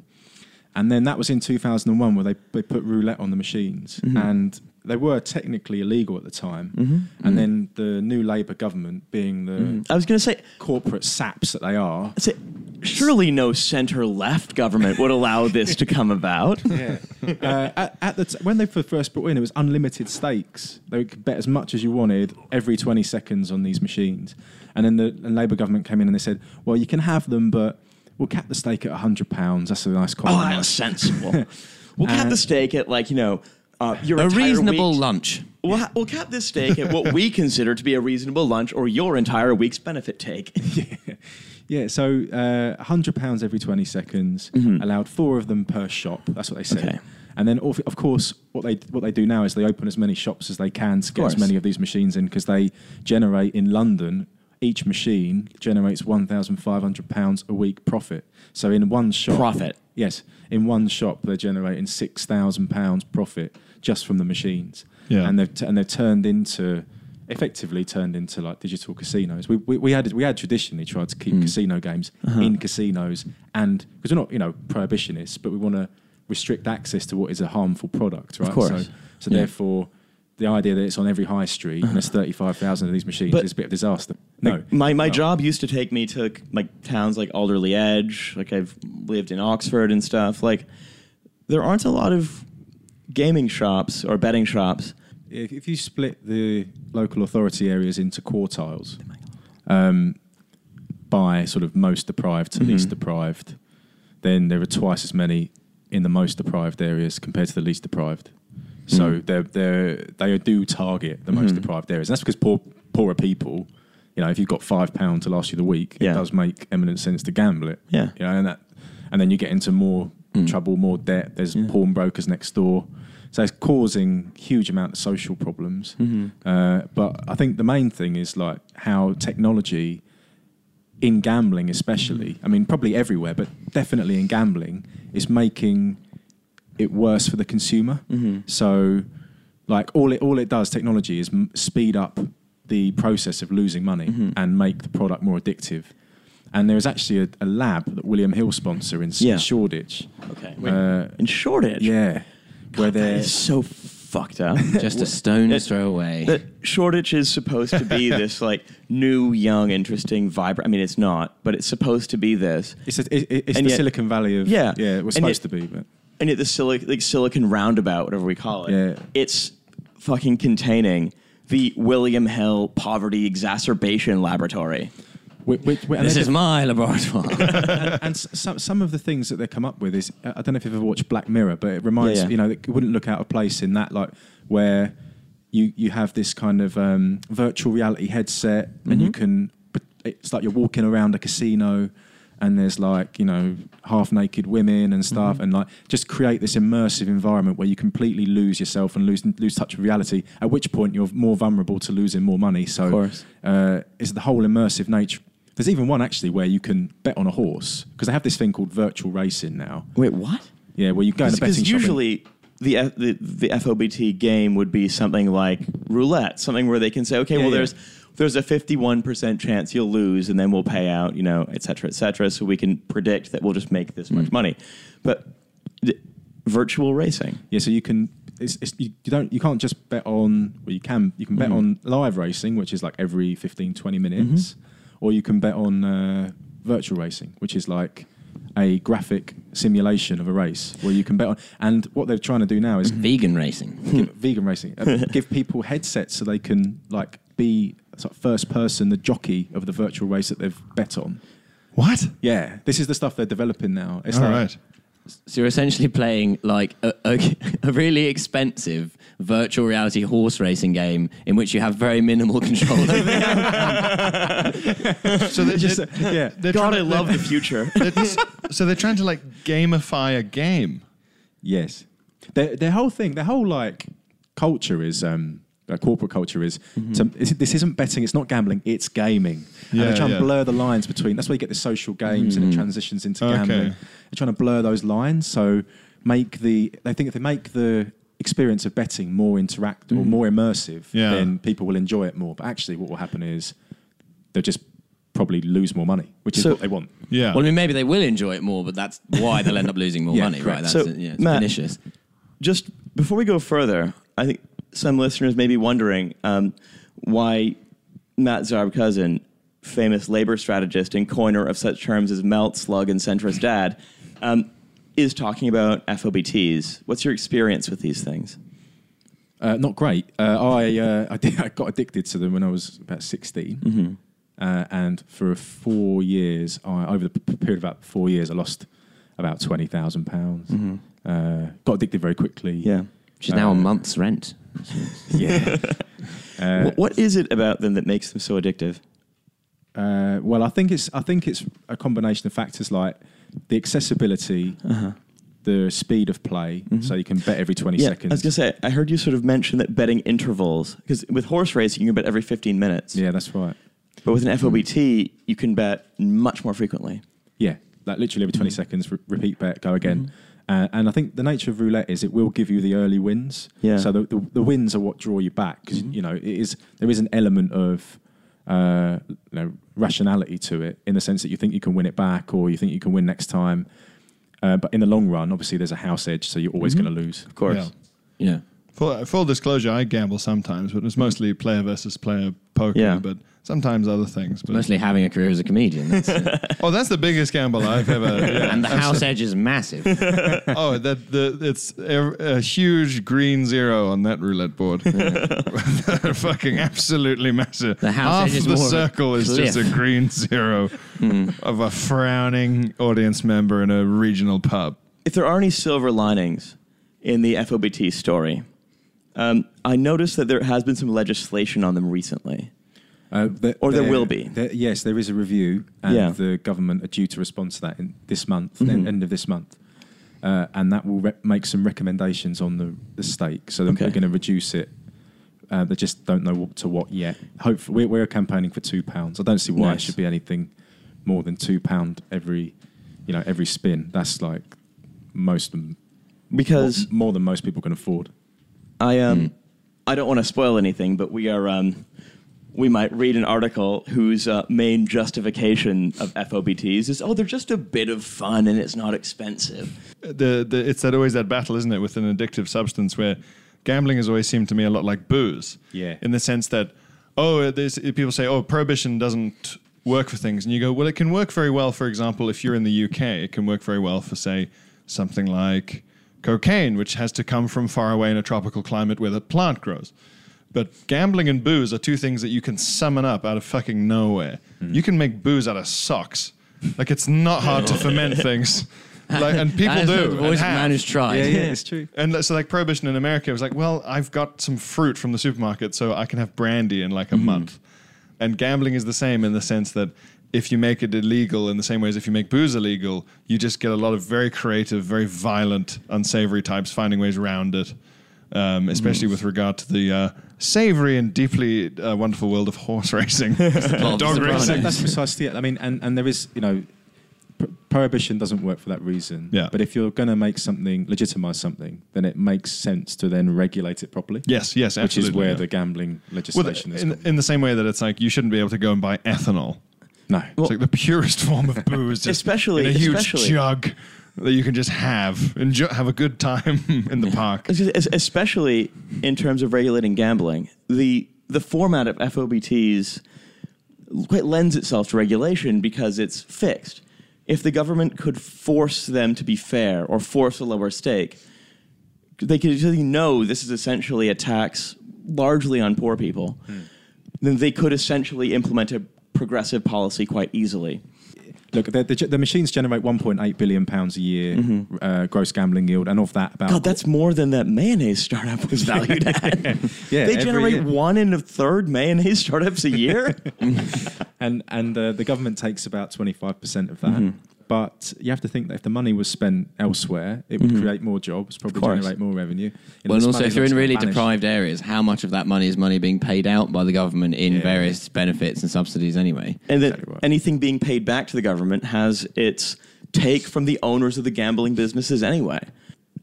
And then that was in 2001 where they, they put roulette on the machines, and they were technically illegal at the time. And then the new Labour government, being the
I was going to say,
corporate saps that they are,
say, surely no center left government would allow this to come about.
uh, at, at the t- when they f- first brought in, it was unlimited stakes. They could bet as much as you wanted every 20 seconds on these machines. And then the and Labour government came in and they said, well, you can have them, but we'll cap the stake at £100. That's a nice
Oh, that was
compromise.
sensible. we'll cap the steak at like you know uh, your
A
entire
reasonable
week-
lunch.
We'll, ha- we'll cap this steak at what we consider to be a reasonable lunch or your entire week's benefit take.
yeah, so uh, £100 every 20 seconds, allowed four of them per shop. That's what they said.
Mm-hmm. Okay.
And then, of of course, what they what they do now is they open as many shops as they can to get as
course.
many of these machines in because they generate in London. Each machine generates one thousand five hundred pounds a week profit. So in one shop,
Profit.
Yes, in one shop they're generating six thousand pounds profit just from the machines.
Yeah.
and they've t- and they've turned into effectively turned into like digital casinos. We we, we had we had traditionally tried to
Hmm.
keep casino games
Uh-huh.
in casinos, and because we're not you know prohibitionists, but we want to restrict access to what is a harmful product, right?
course.
So, so therefore. The idea that it's on every high street and there's 35,000 of these machines
Uh-huh. But-
is a bit of a disaster. No.
My my job used to take me to like towns like Alderley Edge. Like I've lived in Oxford and stuff. Like there aren't a lot of gaming shops or betting shops.
If, if you split the local authority areas into quartiles um, by sort of most deprived to least deprived, then there are twice as many in the most deprived areas compared to the least deprived. So they're, they're, they do target the most deprived areas. That's because poor, poorer people, you know, if you've got five pounds to last you the week,
Yeah.
it does make eminent sense to gamble it.
Yeah.
You know, and that, and then you get into more trouble, more debt. There's pawnbrokers next door, so it's causing huge amount of social problems. Uh, but I think the main thing is like how technology in gambling, especially. I mean, probably everywhere, but definitely in gambling, is making it worse for the consumer.
Mm-hmm.
So, like all it all it does, technology is m- speed up the process of losing money
Mm-hmm.
and make the product more addictive. And there is actually a, a lab that William Hill sponsor in S-
Yeah.
Shoreditch.
Okay,
Uh,
in Shoreditch.
yeah, where
that
they're
is so fucked up.
Just a stone's
It-
throw away.
that Shoreditch is supposed to be this like new, young, interesting, vibrant. I mean, it's not, but it's supposed to be this.
it's, a, it, it's the
And yet-
Silicon Valley of
Yeah.
yeah it was
And
supposed
yet-
to be, but
And yet, the silic- like Silicon Roundabout, whatever we call it,
Yeah.
it's fucking containing the William Hill Poverty Exacerbation Laboratory.
we, we, we- and
this
they're
is my laboratory.
and s- some some of the things that they come up with is uh, I don't know if you've ever watched Black Mirror, but it reminds
Yeah, yeah.
you know it wouldn't look out of place in that like where you you have this kind of um, virtual reality headset and
Mm-hmm.
you can it's like you're walking around a casino and there's like you know half naked women and stuff
Mm-hmm.
and like just create this immersive environment where you completely lose yourself and lose lose touch with reality at which point you're more vulnerable to losing more money so
course.
uh, is the whole immersive nature. There's even one actually where you can bet on a horse because they have this thing called virtual racing now.
Wait, what?
Yeah, where you go in a betting
Because
shop and-
usually the, F- the the FOBT game would be something like roulette, something where they can say, okay,
Yeah,
well,
yeah.
there's there's a 51% chance you'll lose and then we'll pay out, you know, et cetera, et cetera. So we can predict that we'll just make this
Hmm.
much money. But th- virtual racing.
Yeah, so you can. It's, it's, you, you don't. You can't just bet on. Well, you can. You can bet on live racing, which is like every 15, 20 minutes, or you can bet on uh, virtual racing, which is like a graphic simulation of a race where you can bet on. And what they're trying to do now is
Vegan racing.
give, vegan racing. Uh, give people headsets so they can like be sort of first person, the jockey of the virtual race that they've bet on.
What?
Yeah, this is the stuff they're developing now. It's
All
like,
right.
So you're essentially playing like a, a, a really expensive virtual reality horse racing game in which you have very minimal control.
So they're
Just,
just
yeah.
they're
God,
trying
I
to,
love the future.
they're- they're- so they're trying to like gamify a game.
Yes. Their, their whole thing, their whole like culture is, um, their corporate culture is, to- is- this isn't betting, it's not gambling, it's gaming. and
Mm-hmm. Yeah,
they're trying
yeah. Mm.
to blur the lines between, that's why you get the social games and it transitions into
Okay.
gambling. They're trying to blur those lines. So make the, they think if they make the experience of betting more interactive or more immersive,
Mm. Yeah.
then people will enjoy it more. But actually, what will happen is they'll just probably lose more money, which is
So-
what they want.
Yeah.
Well, I mean, maybe they will enjoy it more, but that's why they'll end up losing more
Yeah,
money, right?
correct.
That's
So,
yeah, it's
Matt-
pernicious.
just before we go further, I think some listeners may be wondering um, why Matt Zarb Cousin, famous labor strategist and coiner of such terms as melt, slug, and centrist dad, um, is talking about FOBTs. What's your experience with these things?
Uh, not great. Uh, I, uh, I, did, I got addicted to them when I was about 16.
Mm-hmm.
Uh, and for four years, I, over the p- period of about four years, I lost about £20,000. pounds
Mm-hmm.
Uh, got addicted very quickly.
She's now a
Uh,
month's rent.
Yeah.
Wh- what is it about them that makes them so addictive?
Uh, well, I think it's I think it's a combination of factors like the accessibility, the speed of play, so you can bet every twenty
Uh-huh. Mm-hmm. I
seconds.
was going to say, I heard you sort of mention that betting intervals, because with horse racing, you can bet every 15 minutes.
yeah, that's right.
But with an FOBT, you can bet much more frequently.
Yeah, like literally every 20 seconds, re- repeat bet, go again. Uh, and I think the nature of roulette is it will give you the early wins.
Yeah.
So the, the, the wins are what draw you back because you know it is there is an element of uh, you know rationality to it in the sense that you think you can win it back or you think you can win next time. Uh, but in the long run, obviously, there's a house edge, so you're always going to lose.
Of course.
Yeah.
Yeah.
Full, full disclosure, I gamble sometimes, but it's mostly player versus player poker,
Yeah.
but sometimes other things. But,
Mostly having a career as a comedian. That's,
oh, that's the biggest gamble I've ever. yeah.
and the house edge is massive.
Oh, that the it's a, a huge green zero on that roulette board. Fucking absolutely massive.
The house
Half
edge is
the
more of a
circle is just a
cliff. Hmm.
green zero of a frowning audience member in a regional pub.
if there are any silver linings in the FOBT story, um, I noticed that there has been some legislation on them recently.
Uh, the-
Or there will be.
there- yes, there is a review, and
Yeah. Mm-hmm.
the government are due to respond to that in this month, the end of this month, uh, and that will re- make some recommendations on the, the stake. So they're
Okay.
going to reduce it. Uh, they just don't know what, to what yet. Hopefully, we're, we're campaigning for two pounds. I don't see why
Nice.
it should be anything more than two pound every, you know, every spin. That's like most m-
Because
more than most people can afford.
I um, I don't want to spoil anything, but we are um, we might read an article whose uh, main justification of FOBTs is oh they're just a bit of fun and it's not expensive.
the, the it's that always that battle, isn't it, with an addictive substance where gambling has always seemed to me a lot like booze.
Yeah.
In the sense that, oh, there's, people say, oh, prohibition doesn't work for things, and you go, well, it can work very well. For example, if you're in the UK, it can work very well for say something like cocaine, which has to come from far away in a tropical climate where the plant grows. But gambling and booze are two things that you can summon up out of fucking nowhere. You can make booze out of socks. Like it's not hard to ferment things. Like, and people
That is what
do.
The
and
voice of
have.
man who's tried.
it's true.
And like- so, like prohibition in America was like, well, I've got some fruit from the supermarket, so I can have brandy in like a month. And gambling is the same in the sense that if you make it illegal in the same way as if you make booze illegal, you just get a lot of very creative, very violent, unsavory types finding ways around it. Um, especially with regard to the uh, savory and deeply uh, wonderful world of horse racing,
Bob
dog
Soprano.
racing.
That's precisely it. I mean, and, and there is, you know, pr- prohibition doesn't work for that reason.
Yeah.
But if you're going to make something legitimize something, then it makes sense to then regulate it properly.
Yes, yes,
Which is
absolutely,
where
yeah.
the gambling
Well,
legislation is.
in, in the same way that it's like you shouldn't be able to go and buy ethanol.
no.
It's like the purest form of booze, just
Especially-
in a huge
especially-
jug that you can just have and ju- have a good time in the park.
Es- es- especially in terms of regulating gambling, the the format of FOBTs quite lends itself to regulation because it's fixed. If the government could force them to be fair or force a lower stake, they could say, no, this is essentially a tax largely on poor people, then they could essentially implement a progressive policy quite easily.
Look, the, the, the machines generate 1.8 billion pounds a year uh, gross gambling yield, and of that, about
God, that's more than that mayonnaise startup was valued at.
Yeah,
they
every
generate
year.
one in a third mayonnaise startups a year.
and and uh, the government takes about 25% of that. But you have to think that if the money was spent elsewhere, it would create more jobs, probably
course.
generate more revenue. You know,
Well,
this
and also,
money's
if you're in
not
really
gonna vanish.
deprived areas, how much of that money is money being paid out by the government in
Yeah.
various benefits and subsidies anyway?
and that
Exactly right.
anything being paid back to the government has its take from the owners of the gambling businesses anyway.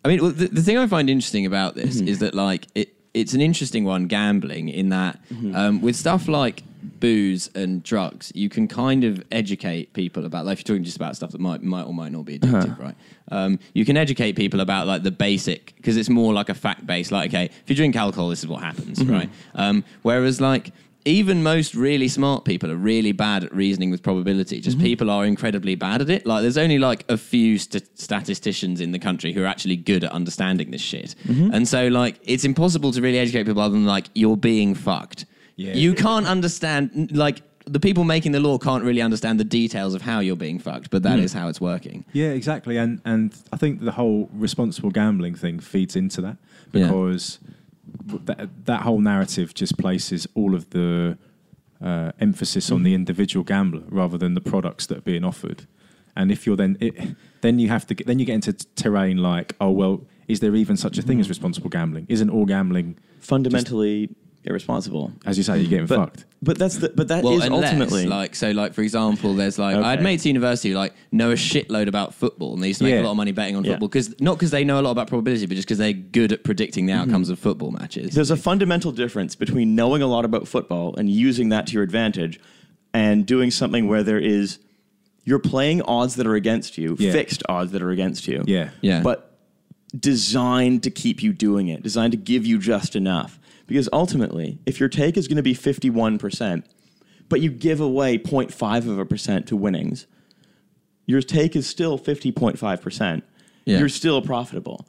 I mean, well, the, the thing I find interesting about this is that like it, it's an interesting one, gambling, in that um, with stuff like booze and drugs, you can kind of educate people about. Like, if you're talking just about stuff that might might or might not be addictive, right? Um, you can educate people about like the basic because it's more like a fact based. Like, okay, if you drink alcohol, this is what happens, right? Um, whereas like even most really smart people are really bad at reasoning with probability. Just people are incredibly bad at it. Like, there's only like a few st- statisticians in the country who are actually good at understanding this shit. And so, like, it's impossible to really educate people other than like you're being fucked.
Yeah.
You can't understand n- like. The people making the law can't really understand the details of how you're being fucked, but that is how it's working.
Yeah, exactly. And and I think the whole responsible gambling thing feeds into that
Yeah.
because that that whole narrative just places all of the uh, emphasis on the individual gambler rather than the products that are being offered. And if you're then it, then you have to get, then you get into t- terrain like oh well is there even such a thing as responsible gambling? Isn't all gambling
Fundamentally irresponsible.
as you say you're getting
But
fucked?
but that's the but that is
well, unless,
ultimately
like so, like for example, there's like I had
Okay.
mates at university who, like know a shitload about football, and they used to make
Yeah.
a lot of money betting on
Yeah.
football because not because they know a lot about probability, but just because they're good at predicting
Mm-hmm.
the outcomes of football matches.
there's a fundamental difference between knowing a lot about football and using that to your advantage and doing something where there is you're playing odds that are against you,
Yeah.
fixed odds that are against you.
Yeah.
Yeah.
But designed to keep you doing it, designed to give you just enough. Because ultimately, if your take is going to be 51%, but you give away 0.5 of a percent to winnings, your take is still 50.5%.
Yeah.
You're still profitable.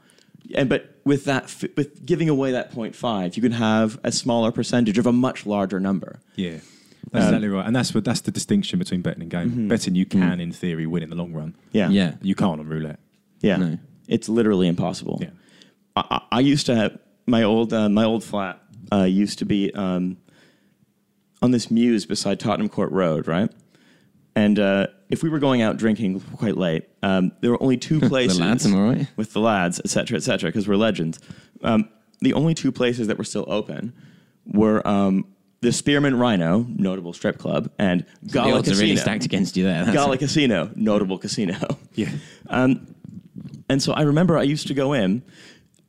And but with that f- with giving away that 0.5, you can have a smaller percentage of a much larger number.
Yeah, that's exactly right. And that's what that's the distinction between betting and gaming. Betting you can in theory win in the long run.
Yeah.
Yeah.
You can't on roulette.
Yeah.
No.
It's literally impossible.
Yeah.
I, I I used to have my old uh, my old flat uh, used to be um, on this muse beside Tottenham Court Road, right? And uh, if we were going out drinking quite late, um, there were only two places
lads, am I right?
with the lads, et cetera, et cetera, because we're legends. Um, the only two places that were still open were um, the Spearman Rhino, notable strip club, and
the
Gala
odds are really
Casino.
stacked against you there. That's-
Gala Casino, notable casino.
Mm.
Um,
Yeah.
And so I remember I used to go in,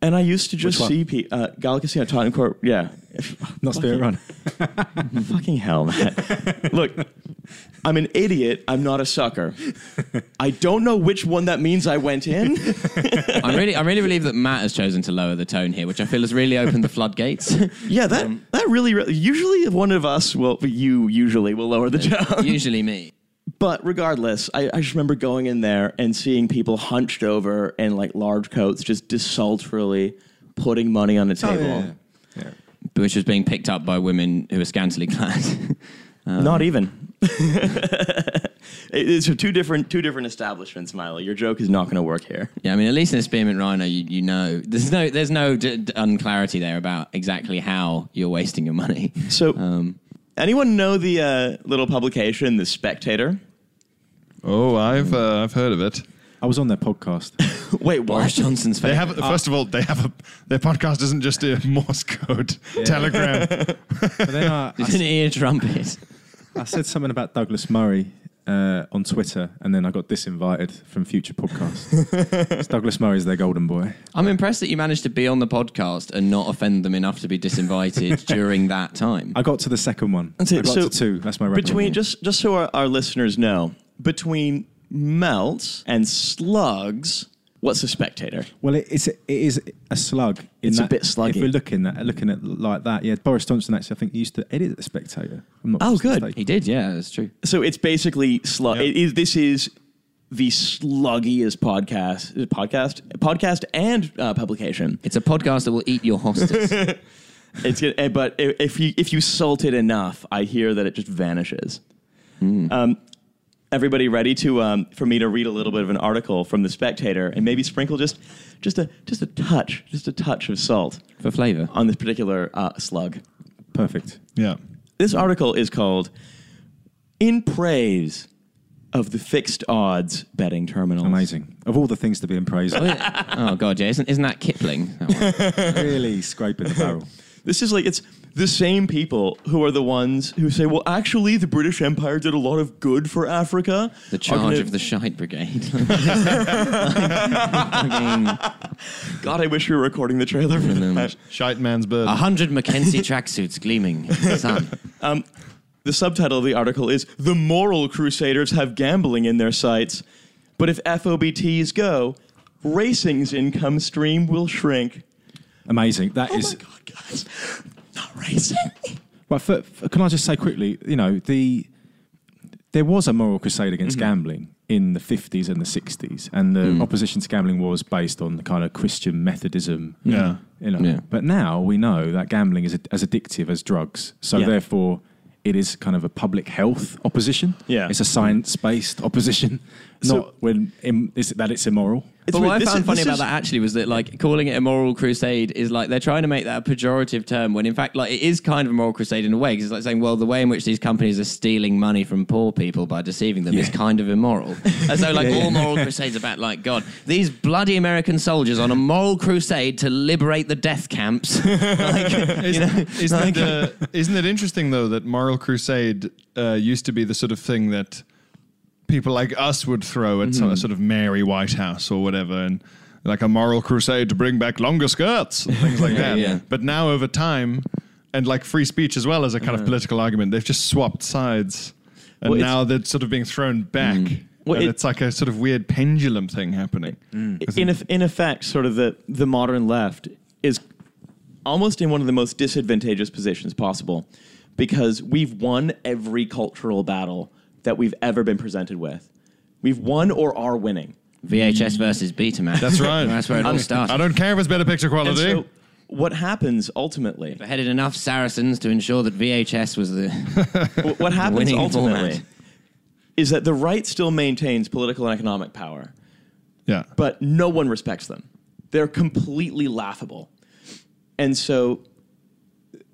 and I used to just
one?
see pe- uh, Gala Casino, Tottenham Court. Yeah,
Not spirit run.
fucking hell, man. Look, I'm an idiot. I'm not a sucker. I don't know which one that means I went in.
I'm really, I'm really relieved that Matt has chosen to lower the tone here, which I feel has really opened the floodgates.
Yeah, that
Um,
that really, really usually one of us will you usually will lower the tone.
Usually me.
But regardless, I, I just remember going in there and seeing people hunched over in like large coats, just desultorily putting money on the table.
Which was being picked up by women who were scantily clad.
Not even. It- it's two different two different establishments, Milo. Your joke is not going to work here.
Yeah, I mean, at least in the Spearmint Rhino, you, you know there's no there's no d- d- unclarity there about exactly how you're wasting your money.
So, Um, anyone know the uh, little publication, The Spectator?
Oh, I've uh, I've heard of it.
I was on their podcast.
Wait,
Boris
what?
Johnsons's
They
favorite.
have first of all, they have a their podcast isn't just a Morse code, Telegram.
But then I,
It's an ear trumpet.
I, I said something about Douglas Murray uh, on Twitter, and then I got disinvited from future podcasts. It's Douglas Murray's their golden boy.
I'm impressed that you managed to be on the podcast and not offend them enough to be disinvited during that time.
I got to the second one.
That's it.
I got
So
to two. That's my record.
Between just just so our, our listeners know, between melts and slugs, what's a spectator?
Well, it, it's it is a slug. In
It's a
that-
bit sluggy.
If we're looking at looking at like that, yeah. Boris Johnson actually, I think used to edit the Spectator. I'm not
Oh, good.
He
mistaken.
did, yeah, that's true.
So it's basically slug.
Yeah.
It is, this is the sluggiest podcast, podcast, podcast, and uh, publication.
It's a podcast that will eat your hostas.
It's good, eh, but i- if you if you salt it enough, I hear that it just vanishes. Um, everybody ready to um, for me to read a little bit of an article from the Spectator and maybe sprinkle just just a just a touch, just a touch of salt
for flavour.
on this particular uh, slug.
Perfect.
Yeah.
This article is called "In Praise of the Fixed Odds Betting Terminals."
Amazing. Of all the things to be in praise, of,
oh god, yeah, isn't isn't that Kipling? That one.
really scraping the barrel.
This is like it's the same people who are the ones who say, "Well, actually, the British Empire did a lot of good for Africa."
The
Are
charge
gonna-
of the Shite Brigade.
God, I wish we were recording the trailer for
Mm-hmm.
that.
Shite man's bird.
A hundred Mackenzie tracksuits gleaming in the sun.
The subtitle of the article is The Moral Crusaders Have Gambling in Their Sights. But if FOBTs go, racing's income stream will shrink.
Amazing.
Oh
That is.
God, guys. Not racing.
But for, for- can I just say quickly, you know, the there was a moral crusade against
Mm-hmm.
gambling in the 50s and the 60s, and the
Mm.
opposition to gambling was based on the kind of Christian Methodism.
Yeah.
You know,
Yeah.
but now we know that gambling is ad- as addictive as drugs, so
Yeah.
therefore. It is kind of a public health opposition.
Yeah.
it's a science-based opposition, not
So-
when im- is it that it's immoral.
It's
but
weird.
what
This
I found
is-
funny
this
about
is-
that actually was that like calling it a moral crusade is like they're trying to make that a pejorative term when in fact like it is kind of a moral crusade in a way because it's like saying well the way in which these companies are stealing money from poor people by deceiving them is kind of immoral. and so like all moral crusades are about like God these bloody American soldiers on a moral crusade to liberate the death camps. like,
Isn't, isn't, it, uh, isn't it interesting though that moral crusade uh, used to be the sort of thing that people like us would throw at
Mm-hmm.
some sort of Mary Whitehouse or whatever, and like a moral crusade to bring back longer skirts and things like that.
yeah.
But now over time, and like free speech as well as a kind
Uh-huh.
of political argument, they've just swapped sides, and
Well, it's-
now they're sort of being thrown back.
Mm.
Well,
and
it-
it's like a sort of weird pendulum thing happening.
Mm.
In, eff- in effect, sort of the, the modern left is almost in one of the most disadvantageous positions possible because we've won every cultural battle that we've ever been presented with. We've won or are winning.
VHS versus Betamax.
That's right.
That's where it all started.
I don't care if it's better picture
And
quality.
so, what happens ultimately?
beheaded enough Saracens to ensure that VHS was the.
Wh- what happens
Winning
ultimately
format.
is that the right still maintains political and economic power,
yeah.
but no one respects them. They're completely laughable. And so,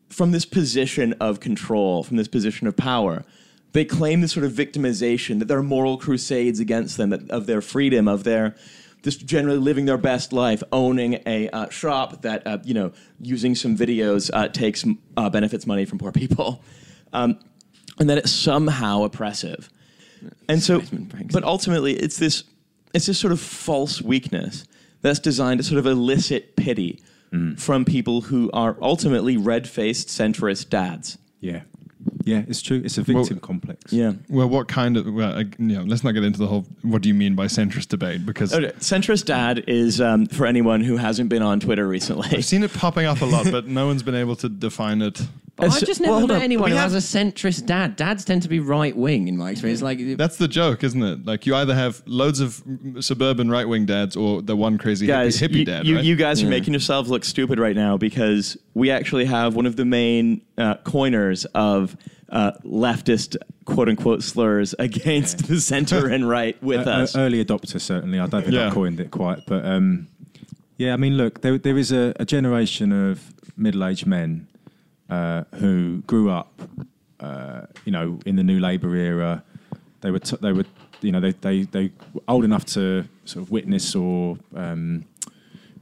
from this position of control, from this position of power, they claim this sort of victimization that there are moral crusades against them, that, of their freedom, of their just generally living their best life, owning a uh, shop that, uh, you know, using some videos uh, takes uh, benefits money from poor people, um, and that it's somehow oppressive. And so,
Simon Banks.
but ultimately, it's this it's this sort of false weakness that's designed to sort of elicit pity
Mm.
from people who are ultimately red faced centrist dads.
Yeah, yeah, it's true. It's a victim complex.
Yeah.
Well, what kind of? Well, I, you know, let's not get into the whole. What do you mean by centrist debate? Because
Okay. Oh, Centrist dad is um, for anyone who hasn't been on Twitter recently.
I've seen it popping up a lot, but no one's been able to define it.
I've
so-
just
well,
never
hold
met
on.
anyone
We
who
have-
has a centrist dad. Dads tend to be right wing in my experience. Like,
That's the joke, isn't it? Like you either have loads of mm, suburban right wing dads or the one crazy
guys,
hippie, hippie
you,
dad.
you,
right?
you guys are making yourselves look stupid right now because we actually have one of the main uh, coiners of uh, leftist quote unquote slurs against the center and right with
Uh, uh,
us.
early adopter, certainly. I don't think
Yeah.
I coined it quite, but um, yeah, I mean, look, there, there is a, a generation of middle-aged men uh, who grew up, uh, you know, in the New Labour era. They were, t- they were, you know, they, they they were old enough to sort of witness or um,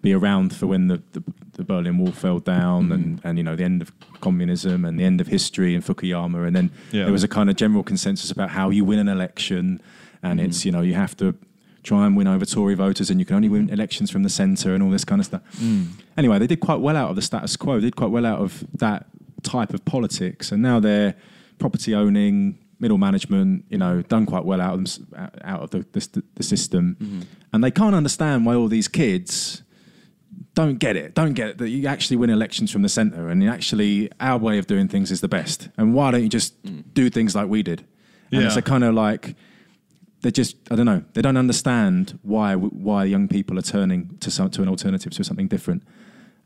be around for when the, the, the Berlin Wall fell down and, and, you know, the end of communism and the end of history and Fukuyama. And then
Yeah.
there was a kind of general consensus about how you win an election and it's, you know, you have to try and win over Tory voters and you can only win elections from the centre and all this kind of stuff. Anyway, they did quite well out of the status quo. They did quite well out of that type of politics. And now they're property owning, middle management, you know, done quite well out of, them, out of the, the, the system. And they can't understand why all these kids don't get it. Don't get it that you actually win elections from the centre, and actually our way of doing things is the best. And why don't you just do things like we did? And
Yeah.
it's a kind of like they just I don't know. They don't understand why why young people are turning to some, to an alternative to something different.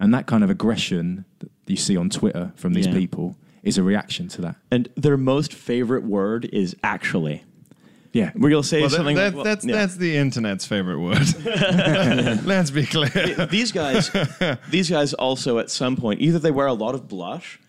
And that kind of aggression that you see on Twitter from these
Yeah.
people is a reaction to that.
And their most favorite word is actually,
Yeah.
where you'll say
Well,
something.
that,
like, well,
that's
yeah.
that's the internet's favorite word. Let's be clear.
these guys these guys also at some point either they wear a lot of blush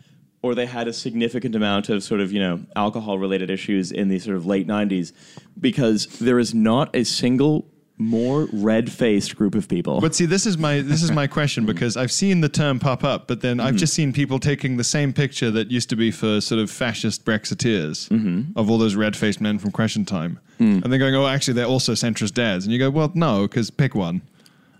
or they had a significant amount of sort of you know alcohol related issues in the sort of late 90s because there is not a single more red faced group of people
But see, this is my this is my question because I've seen the term pop up, but then I've just seen people taking the same picture that used to be for sort of fascist Brexiteers of all those red faced men from Question Time, and they're going, "Oh, actually, they're also centrist dads," and you go, "Well, no, because pick one."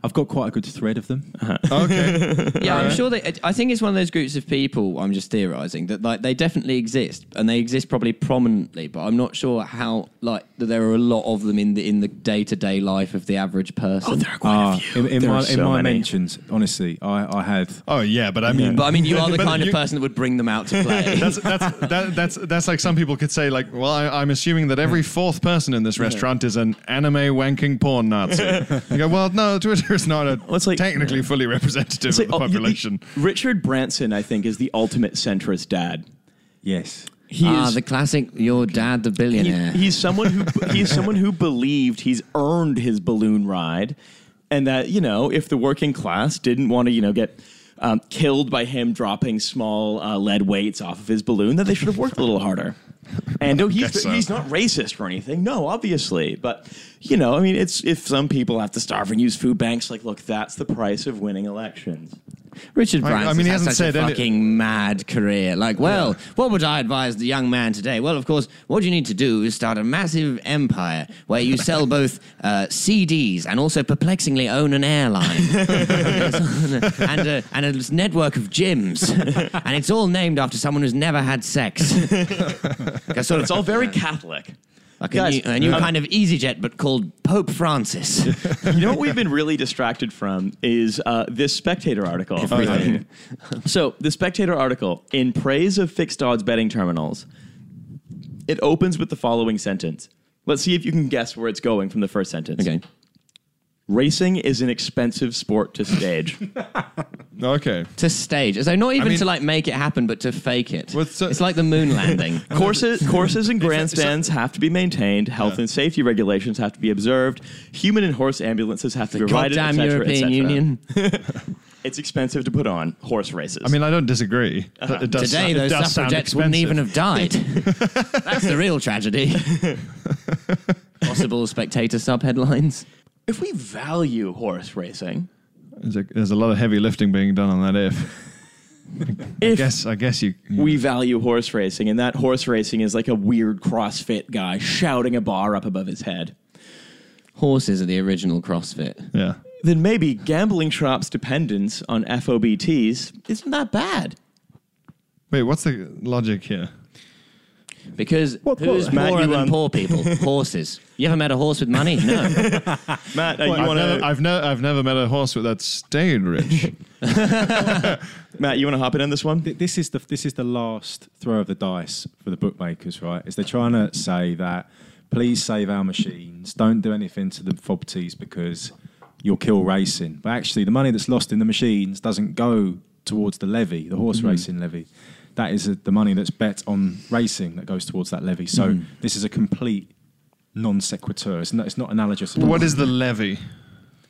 I've got quite a good thread of them.
Yeah, I'm sure they. I think it's one of those groups of people. I'm just theorising that like they definitely exist, and they exist probably prominently, but I'm not sure how like that there are a lot of them in the in the day to day life of the average
Oh,
person.
Ah, in, in
There are
my, in
so
my
many.
mentions, honestly, I, I had
Oh yeah, but I mean,
but I mean, you are the
But
kind
you-
of person that would bring them out to play.
that's that's that, that's that's like some people could say like, well, I, I'm assuming that every fourth person in this restaurant is an anime wanking porn Nazi. you go, well, no, Twitter is not a
Well, it's like-
technically fully representative
It's like,
of the
oh, you- you-
population.
Richard Branson, I think, is the ultimate centrist dad.
yes.
He
ah,
is
the classic. Your dad, the
he-
billionaire.
he's someone who he's someone who believed he's earned his balloon ride, and that you know if the working class didn't want to you know get um, killed by him dropping small uh, lead weights off of his balloon, that they should have worked a little harder. And no, he's
Guess so.
he's not racist or anything. No, obviously, but you know, I mean, it's if some people have to starve and use food banks, like look, that's the price of winning elections.
Richard
I- I
Branson
mean, he
has
hasn't
such
said
a
any-
fucking mad career. Like, well, what would I advise the young man today? Well, of course, what you need to do is start a massive empire where you sell both uh, CDs and also perplexingly own an airline and, a, and a network of gyms, and it's all named after someone who's never had sex. Like a sort
It's
of
all very Catholic.
like
Guys,
a new, a new
um,
I'm-
kind of EasyJet, but called Pope Francis.
you know what we've been really distracted from is uh, this Spectator article.
Everything.
So the Spectator article in praise of fixed odds betting terminals. It opens with the following sentence. Let's see if you can guess where it's going from the first sentence.
okay.
Racing is an expensive sport to stage.
Okay.
To stage, so not even
mean-
to like make it happen, but to fake it.
Well, so-
it's like the moon landing.
courses, courses and grandstands have to be maintained. Health and safety regulations have to be observed. Human and horse ambulances have to be provided.
Goddamn
et cetera, et
European
cetera.
Union.
It's expensive to put on horse races.
I mean, I don't disagree. But It does
Today,
sound- it
those
does sound
suffragettes wouldn't even
expensive.
have died. That's the real tragedy. Possible spectator sub headlines.
if we value horse racing,
There's a, there's a lot of heavy lifting being done on that. If I
if
guess, I guess you.
we value horse racing, and that horse racing is like a weird CrossFit guy shouting a bar up above his head,
Horses are the original CrossFit.
Yeah.
then maybe gambling shops' dependence on FOBTs isn't that bad.
Wait, what's the logic here?
Because
What-
who's
what-
Matt,
poorer
you,
than
um,
poor people? Horses. You ever met a horse with money? No.
Matt, uh, you
I've,
want
never,
to
I've, ne- I've never met a horse with that stayed rich.
Matt, you want to hop in on this one?
Th- this is the this is the last throw of the dice for the bookmakers, right? Is they're trying to say that please save our machines, don't do anything to the fobties because you'll kill racing. But actually, the money that's lost in the machines doesn't go towards the levy, the horse
Mm-hmm.
racing levy. That is uh, the money that's bet on racing that goes towards that levy. So
Mm-hmm.
this is a complete non sequitur. It's not, it's not analogous. at all.
what is the levy?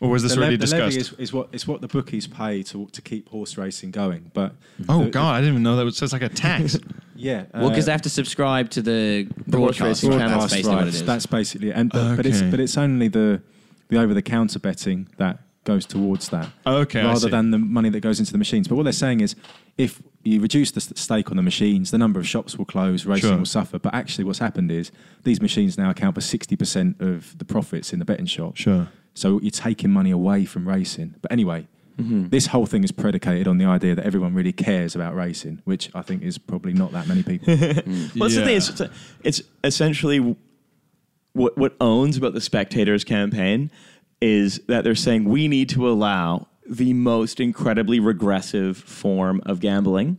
Or was this
The
already
lev- the levy
discussed?
is, is what is what the bookies pay to to keep horse racing going. But
Oh
the-
god, I didn't even know that was so it's like a tax.
yeah,
well, because
uh,
they have to subscribe to the
horse
broadcast.
racing channel.
channel. That's basically what it is.
That's basically it. And but, but it's
Okay.
but it's only the the over the counter betting that goes towards that.
Okay, I
Rather
see.
than the money that goes into the machines. But what they're saying is if you reduce the st- stake on the machines, the number of shops will close, racing
Sure.
will suffer. But actually, what's happened is these machines now account for 60% of the profits in the betting shop.
Sure.
So you're taking money away from racing. But anyway,
Mm-hmm.
this whole thing is predicated on the idea that everyone really cares about racing, which I think is probably not that many people.
Well, that's the
Yeah.
thing. It's, it's, it's essentially what what owns about the spectators campaign is that they're saying we need to allow the most incredibly regressive form of gambling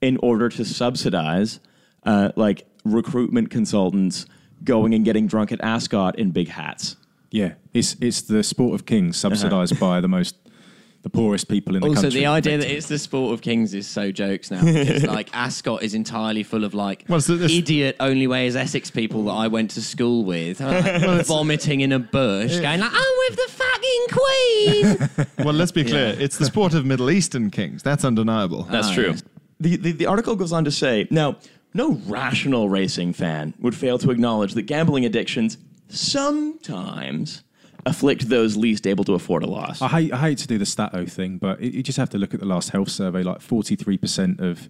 in order to subsidize uh, like recruitment consultants going and getting drunk at Ascot in big hats.
yeah, it's it's the sport of kings subsidized by the most the poorest people in the
Uh-huh. Also,
country.
the idea that it's the sport of kings is so jokes now. Because like Ascot is entirely full of like
Well, so this-
idiot only way is Essex people that I went to school with, And I'm, like, vomiting in a bush, going like, "I'm with the fucking queen."
Well, let's be clear. It's the sport of Middle Eastern kings. That's undeniable.
That's Ah, true. yes.
The, the the article goes on to say now no rational racing fan would fail to acknowledge that gambling addictions sometimes afflict those least able to afford a loss.
I hate I hate to do the stato thing, but it, you just have to look at the last health survey. Like forty three percent of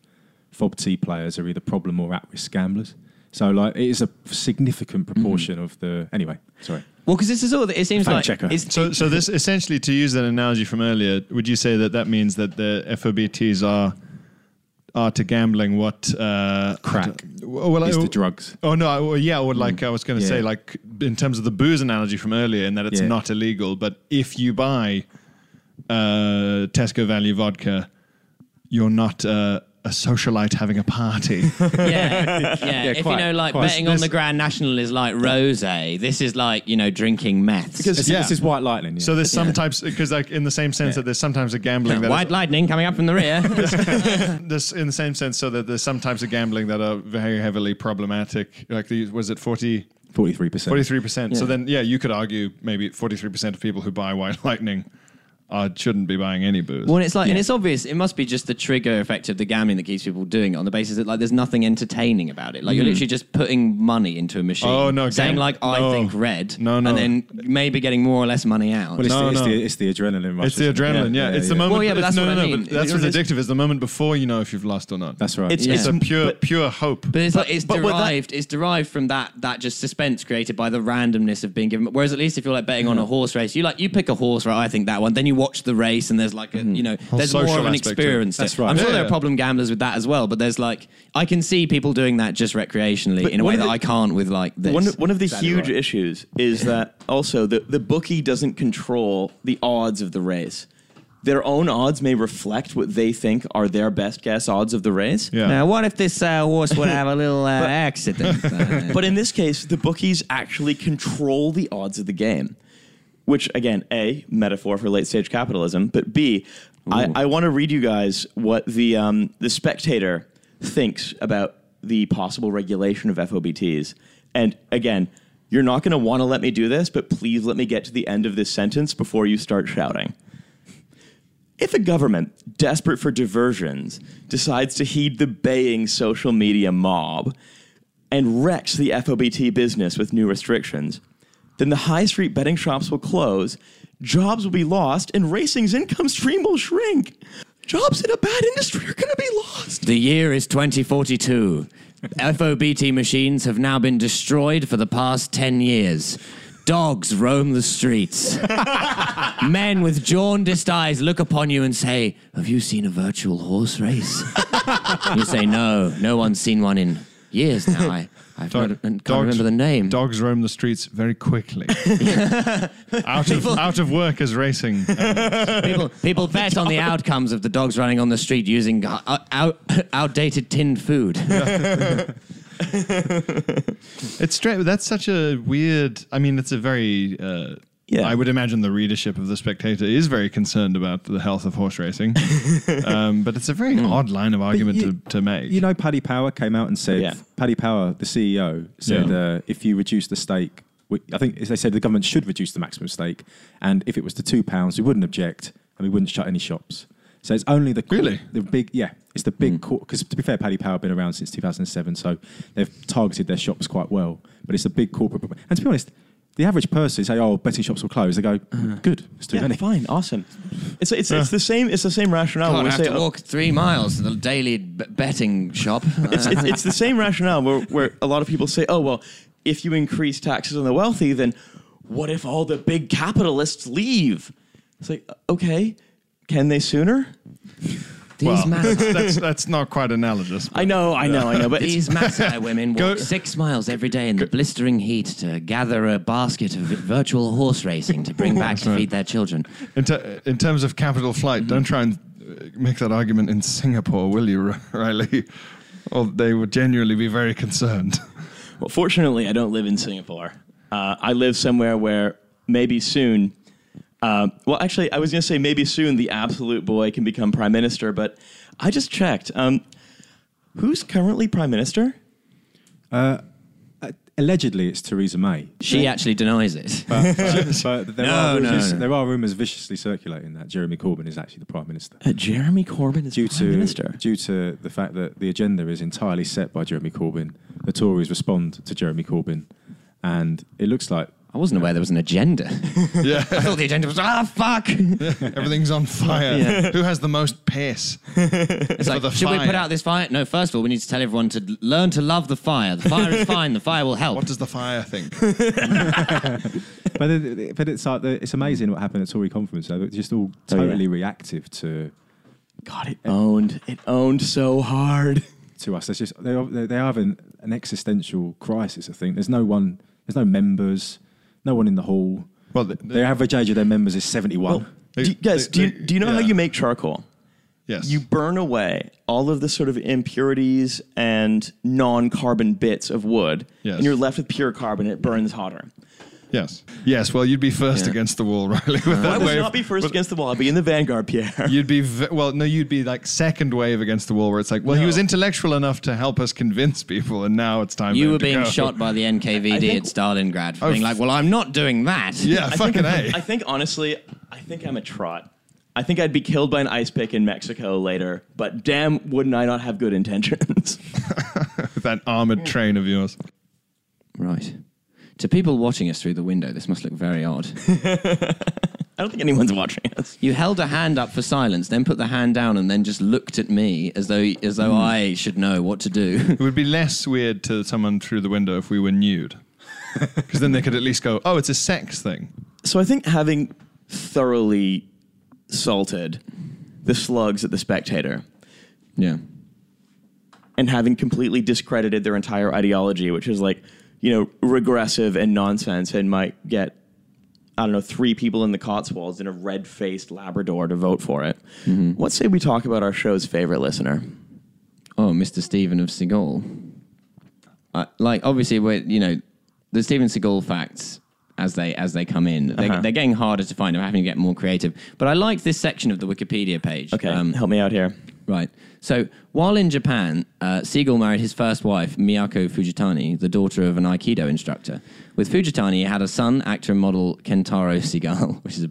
FOBT players are either problem or at risk gamblers. So like it is a significant
Mm-hmm.
proportion of the anyway. Sorry.
well, because it's the sort that it seems
Fact
like
checker.
it's-
So, so this essentially, to use an analogy from earlier, would you say that that means that the FOBTs are are to gambling what uh,
Crack
Well, well,
is
I-
the drugs.
Oh no! I, well, yeah, or like I was going to
Yeah.
say, like in terms of the booze analogy from earlier, in that it's
Yeah.
not illegal, but if you buy uh, Tesco Value vodka, you're not. Uh, a socialite having a party.
yeah, yeah. If
quite-
you know, like
quite.
betting on the Grand National is like rosé. This is like you know drinking meth.
This,
Yeah.
this is white lightning. yeah.
so there's some types because, like, in the same sense that there's sometimes a gambling that is
White lightning coming up from the rear.
this in the same sense so that there's some types of gambling that are very heavily problematic like the, was it 40
forty three percent.
43% so then yeah you could argue maybe 43% of people who buy white lightning uh, shouldn't be buying any booze
Well, and it's like, and it's obvious. It must be just the trigger effect of the gambling that keeps people doing it on the basis that like there's nothing entertaining about it. Like you're literally just putting money into a machine.
Mm. Oh, no,
saying
gam-
like I
no.
think red.
No, no.
and then maybe getting more or less money out.
Well, it's,
No,
the, it's,
no.
the, it's the adrenaline rush.
it's the
isn't it?
adrenaline yeah, it's the moment
Well, yeah, but
it's- no
that's what
no
I
no
mean.
but that's what's addictive is the moment before you know if you've lost or not
That's right.
It's,
Yeah.
it's
it's a pure
but-
pure hope
but it's like it's
but what that-
derived. it's derived from that that just suspense created by the randomness of being given. Whereas at least if you're like betting on a horse race, you like you pick a horse, right? I think that one. Then you watch the race, and there's like a you know there's more
social
of an
aspect to it.
experience. to
That's
it.
right.
I'm sure
Yeah,
there are
yeah.
problem gamblers with that as well, but there's like I can see people doing that just recreationally in a
one
way
of
that
the-
I can't with like this.
One, one of the
Exactly
huge
right.
issues is that also the, the bookie doesn't control the odds of the race. Their own odds may reflect what they think are their best guess odds of the race.
yeah
Now, what if this uh, horse would have a little uh, accident? Uh,
But in this case, the bookies actually control the odds of the game, which, again, A, metaphor for late stage capitalism, but B, I, I want to read you guys what the, um, the spectator thinks about the possible regulation of FOBTs. And again, you're not going to want to let me do this, but please let me get to the end of this sentence before you start shouting. If a government, desperate for diversions, decides to heed the baying social media mob and wrecks the FOBT business with new restrictions, then the high street betting shops will close, jobs will be lost, and racing's income stream will shrink. Jobs in a bad industry are going to be lost.
the year is 2042. FOBT machines have now been destroyed for the past 10 years. Dogs roam the streets. Men with jaundiced eyes look upon you and say, Have you seen a virtual horse race? you say, No, no one's seen one in years now. I, I've not, and can't remember the name.
Dogs roam the streets very quickly. out of out of work as racing.
People, people bet on the outcomes of the dogs running on the street using uh, out, outdated tinned food.
It's straight. That's such a weird. I mean, it's a very. Uh,
Yeah.
I would imagine the readership of the Spectator is very concerned about the health of horse racing, um, but it's a very odd line of argument
you-
to, to make.
You know, Paddy Power came out and said,
Yeah.
Paddy Power, the CEO, said
Yeah.
uh, if you reduce the stake, we, I think they said the government should reduce the maximum stake, and if it was to two pounds, we wouldn't object and we wouldn't shut any shops. So it's only the
Really? Hmm.
the big yeah, it's the big because to be fair, Paddy Power have been around since 2007, so they've targeted their shops quite well. But it's a big corporate, and to be honest, the average person say, "Oh, betting shops will close." They go,
Uh-huh.
"Good, it's too
Yeah,
many."
fine, awesome. It's it's, it's the same it's the same rationale. when
God, I
we
have
say,
to
oh,
walk three miles to the daily b- betting shop. Uh,
it's, oh, it's, it's the same rationale where, where a lot of people say, oh, well, if you increase taxes on the wealthy, then what if all the big capitalists leave? It's like, okay, can they sooner?
These
Well,
mad,
Ah, that's, that's, that's not quite analogous.
I know, I know, I know, but it's,
these Maasai women walk
Go-
six miles every day in the blistering heat to gather a basket of virtual horse racing to bring back to feed their children.
In, ter- in terms of capital flight, don't try and uh, make that argument in Singapore, will you, Riley? Or they would genuinely be very concerned.
well, fortunately, I don't live in Singapore. Uh, I live somewhere where maybe soon, uh, well, actually, I was going to say maybe soon the absolute boy can become prime minister, but I just checked. Um, who's currently prime minister?
Allegedly, it's Theresa May.
She actually denies it.
Uh,
But, but there, are
No, no,
rumors,
no.
there are rumours viciously circulating that Jeremy Corbyn is actually the Prime Minister.
Uh, Jeremy Corbyn is
Due
prime
to,
minister.
due to the fact that the agenda is entirely set by Jeremy Corbyn, the Tories respond to Jeremy Corbyn, and it looks like
I wasn't aware there was an agenda.
Yeah.
I thought the agenda was, ah, fuck. It's
Everything's on fire. Who has the most piss?
like,
the
should we put
fire.
out this fire? No, first of all, we need to tell everyone to l- learn to love the fire. The fire is fine. The fire will help.
What does the fire think?
but it, but it's like the, it's amazing what happened at Tory conference. though. It's just all
Oh, yeah.
totally reactive to
God, it owned. It owned so hard.
to us. There's just they are, they are having an existential crisis. I think there's no one, there's no members, no one in the hall.
Well, the-
the average age of their members is 71.
They-
do you, guys,
they-
do, you,
they-
do you know how
yeah.
you make charcoal?
Yes.
You burn away all of the sort of impurities and non-carbon bits of wood,
Yes.
and you're left with pure carbon. It burns hotter.
yes. Yes. Well, you'd be first
Yeah.
against the wall, Riley. With
I
that
would
way of-
not be first
with-
against the wall. I'd be in the vanguard, Pierre.
You'd be v- well. No, you'd be like second wave against the wall, where it's like, well, he
No.
was intellectual enough to help us convince people, and now it's time.
You
for him
were
to
being
go. Oh,
shot by the NKVD
think-
at Stalingrad for being like, well, I'm not doing that.
Yeah,
I
fucking
think,
a.
I think honestly, I think I'm a trot. I think I'd be killed by an ice pick in Mexico later. But damn, wouldn't I not have good intentions?
With that armored train of yours.
Right. To people watching us through the window, this must look very odd.
I don't think anyone's watching us.
You held a hand up for silence, then put the hand down, and then just looked at me as though as though I should know what to do.
It would be less weird to someone through the window if we were nude, because then they could at least go, "Oh, it's a sex thing."
So I think having thoroughly salted the slugs at the spectator
yeah.
and having completely discredited their entire ideology, which is like, you know, regressive and nonsense and might get, I don't know, three people in the Cotswolds and a red faced Labrador to vote for it. Let's say we talk about our show's favorite listener.
Oh, Mr. Stephen of Seagal. Uh, like obviously, we're, you know, the Stephen Seagal facts as they as they come in, they, they're getting harder to find. I'm having to get more creative. But I like this section of the Wikipedia page. Um,
Okay, Um, help me out here.
Right. So while in Japan, uh, Siegel married his first wife, Miyako Fujitani, the daughter of an Aikido instructor. With Fujitani, he had a son, actor and model Kentaro Seagal, which is a,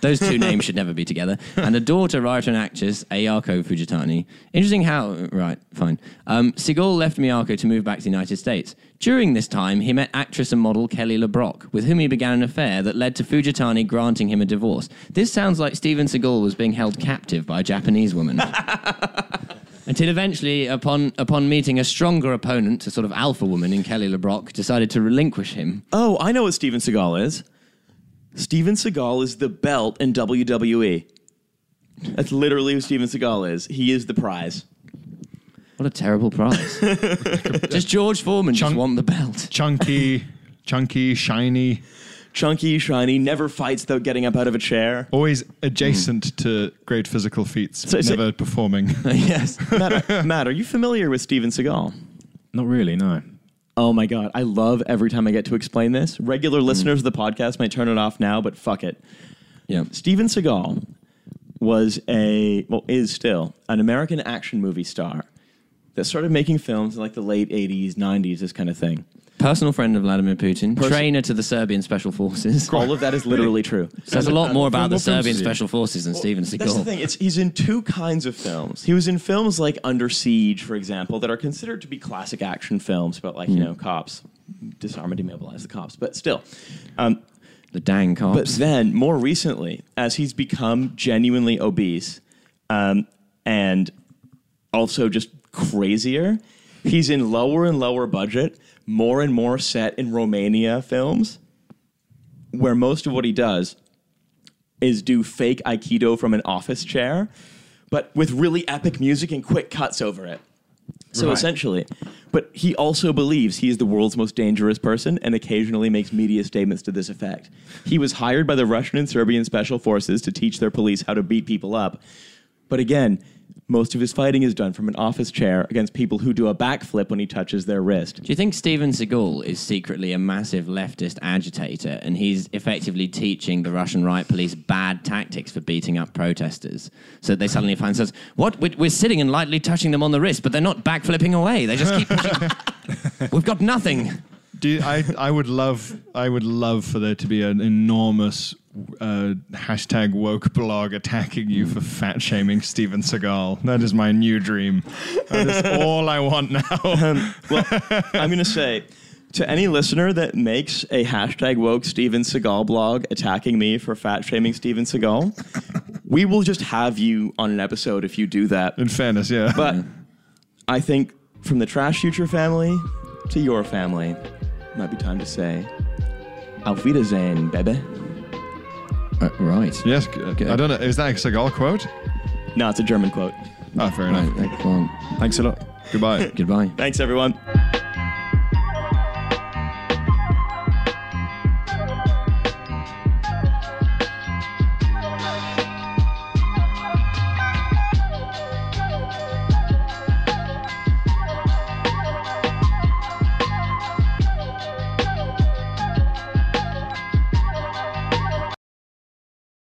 those two names should never be together, and a daughter, writer and actress Ayako Fujitani. Interesting how right, fine. Um, Seagal left Miyako to move back to the United States. During this time, he met actress and model Kelly LeBrock, with whom he began an affair that led to Fujitani granting him a divorce. This sounds like Steven Seagal was being held captive by a Japanese woman until eventually, upon upon meeting a stronger opponent, a sort of alpha woman in Kelly LeBrock, decided to relinquish him.
Oh, I know what Steven Seagal is. Steven Seagal is the belt in WWE. That's literally who Steven Seagal is. He is the prize.
What a terrible prize! just George Foreman just
Chunk-
won the belt.
Chunky, chunky, shiny,
chunky, shiny, never fights without getting up out of a chair.
always adjacent
Hmm.
to great physical feats,
So-
but
so-
never performing.
yes,
Matt, Matt, are you familiar with Steven Seagal?
Not really, no.
Oh my God, I love every time I get to explain this. Regular
Hmm.
listeners of the podcast might turn it off now, but fuck it.
yeah.
Steven Seagal was a, well, is still an American action movie star that started making films in like the late 80s, 90s, this kind of thing.
Personal friend of Vladimir Putin, trainer to the Serbian special forces.
All of that is literally true.
Says a lot more about the
what films
Serbian
is he in?
special forces than Steven
That's the
Seagal.
thing. It's he's in two kinds of films. He was in
Hmm.
films like Under Siege, for example, that are considered to be classic action films about like you know cops disarm and immobilize the cops. But still, um,
The dang
but
cops.
then more recently, as he's become genuinely obese um, and also just crazier, he's in lower and lower budget, more and more set in Romania films, where most of what he does is do fake Aikido from an office chair, but with really epic music and quick cuts over it. So
Right.
essentially, but he also believes he is the world's most dangerous person and occasionally makes media statements to this effect. He was hired by the Russian and Serbian special forces to teach their police how to beat people up. But again, most of his fighting is done from an office chair against people who do a backflip when he touches their wrist.
Do you think Steven Seagal is secretly a massive leftist agitator and he's effectively teaching the Russian riot police bad tactics for beating up protesters? So they suddenly find themselves, what? We're, we're sitting and lightly touching them on the wrist, but they're not backflipping away. They just keep pushing. We've got nothing.
Do you- I, I would love I would love for there to be an enormous uh, hashtag woke blog attacking you for fat shaming Steven Seagal. That is my new dream. That is all I want now.
Well, I'm going to say to any listener that makes a hashtag woke Steven Seagal blog attacking me for fat shaming Steven Seagal, we will just have you on an episode if you do that.
In fairness, yeah.
But I think from the Trash Future family to your family, might be time to say Auf Wiedersehen, baby.
right.
yes, I don't know. Is that a Seagal quote?
No, it's a German quote.
Ah, fair enough.
Thanks a lot.
Goodbye.
Goodbye.
Thanks, everyone.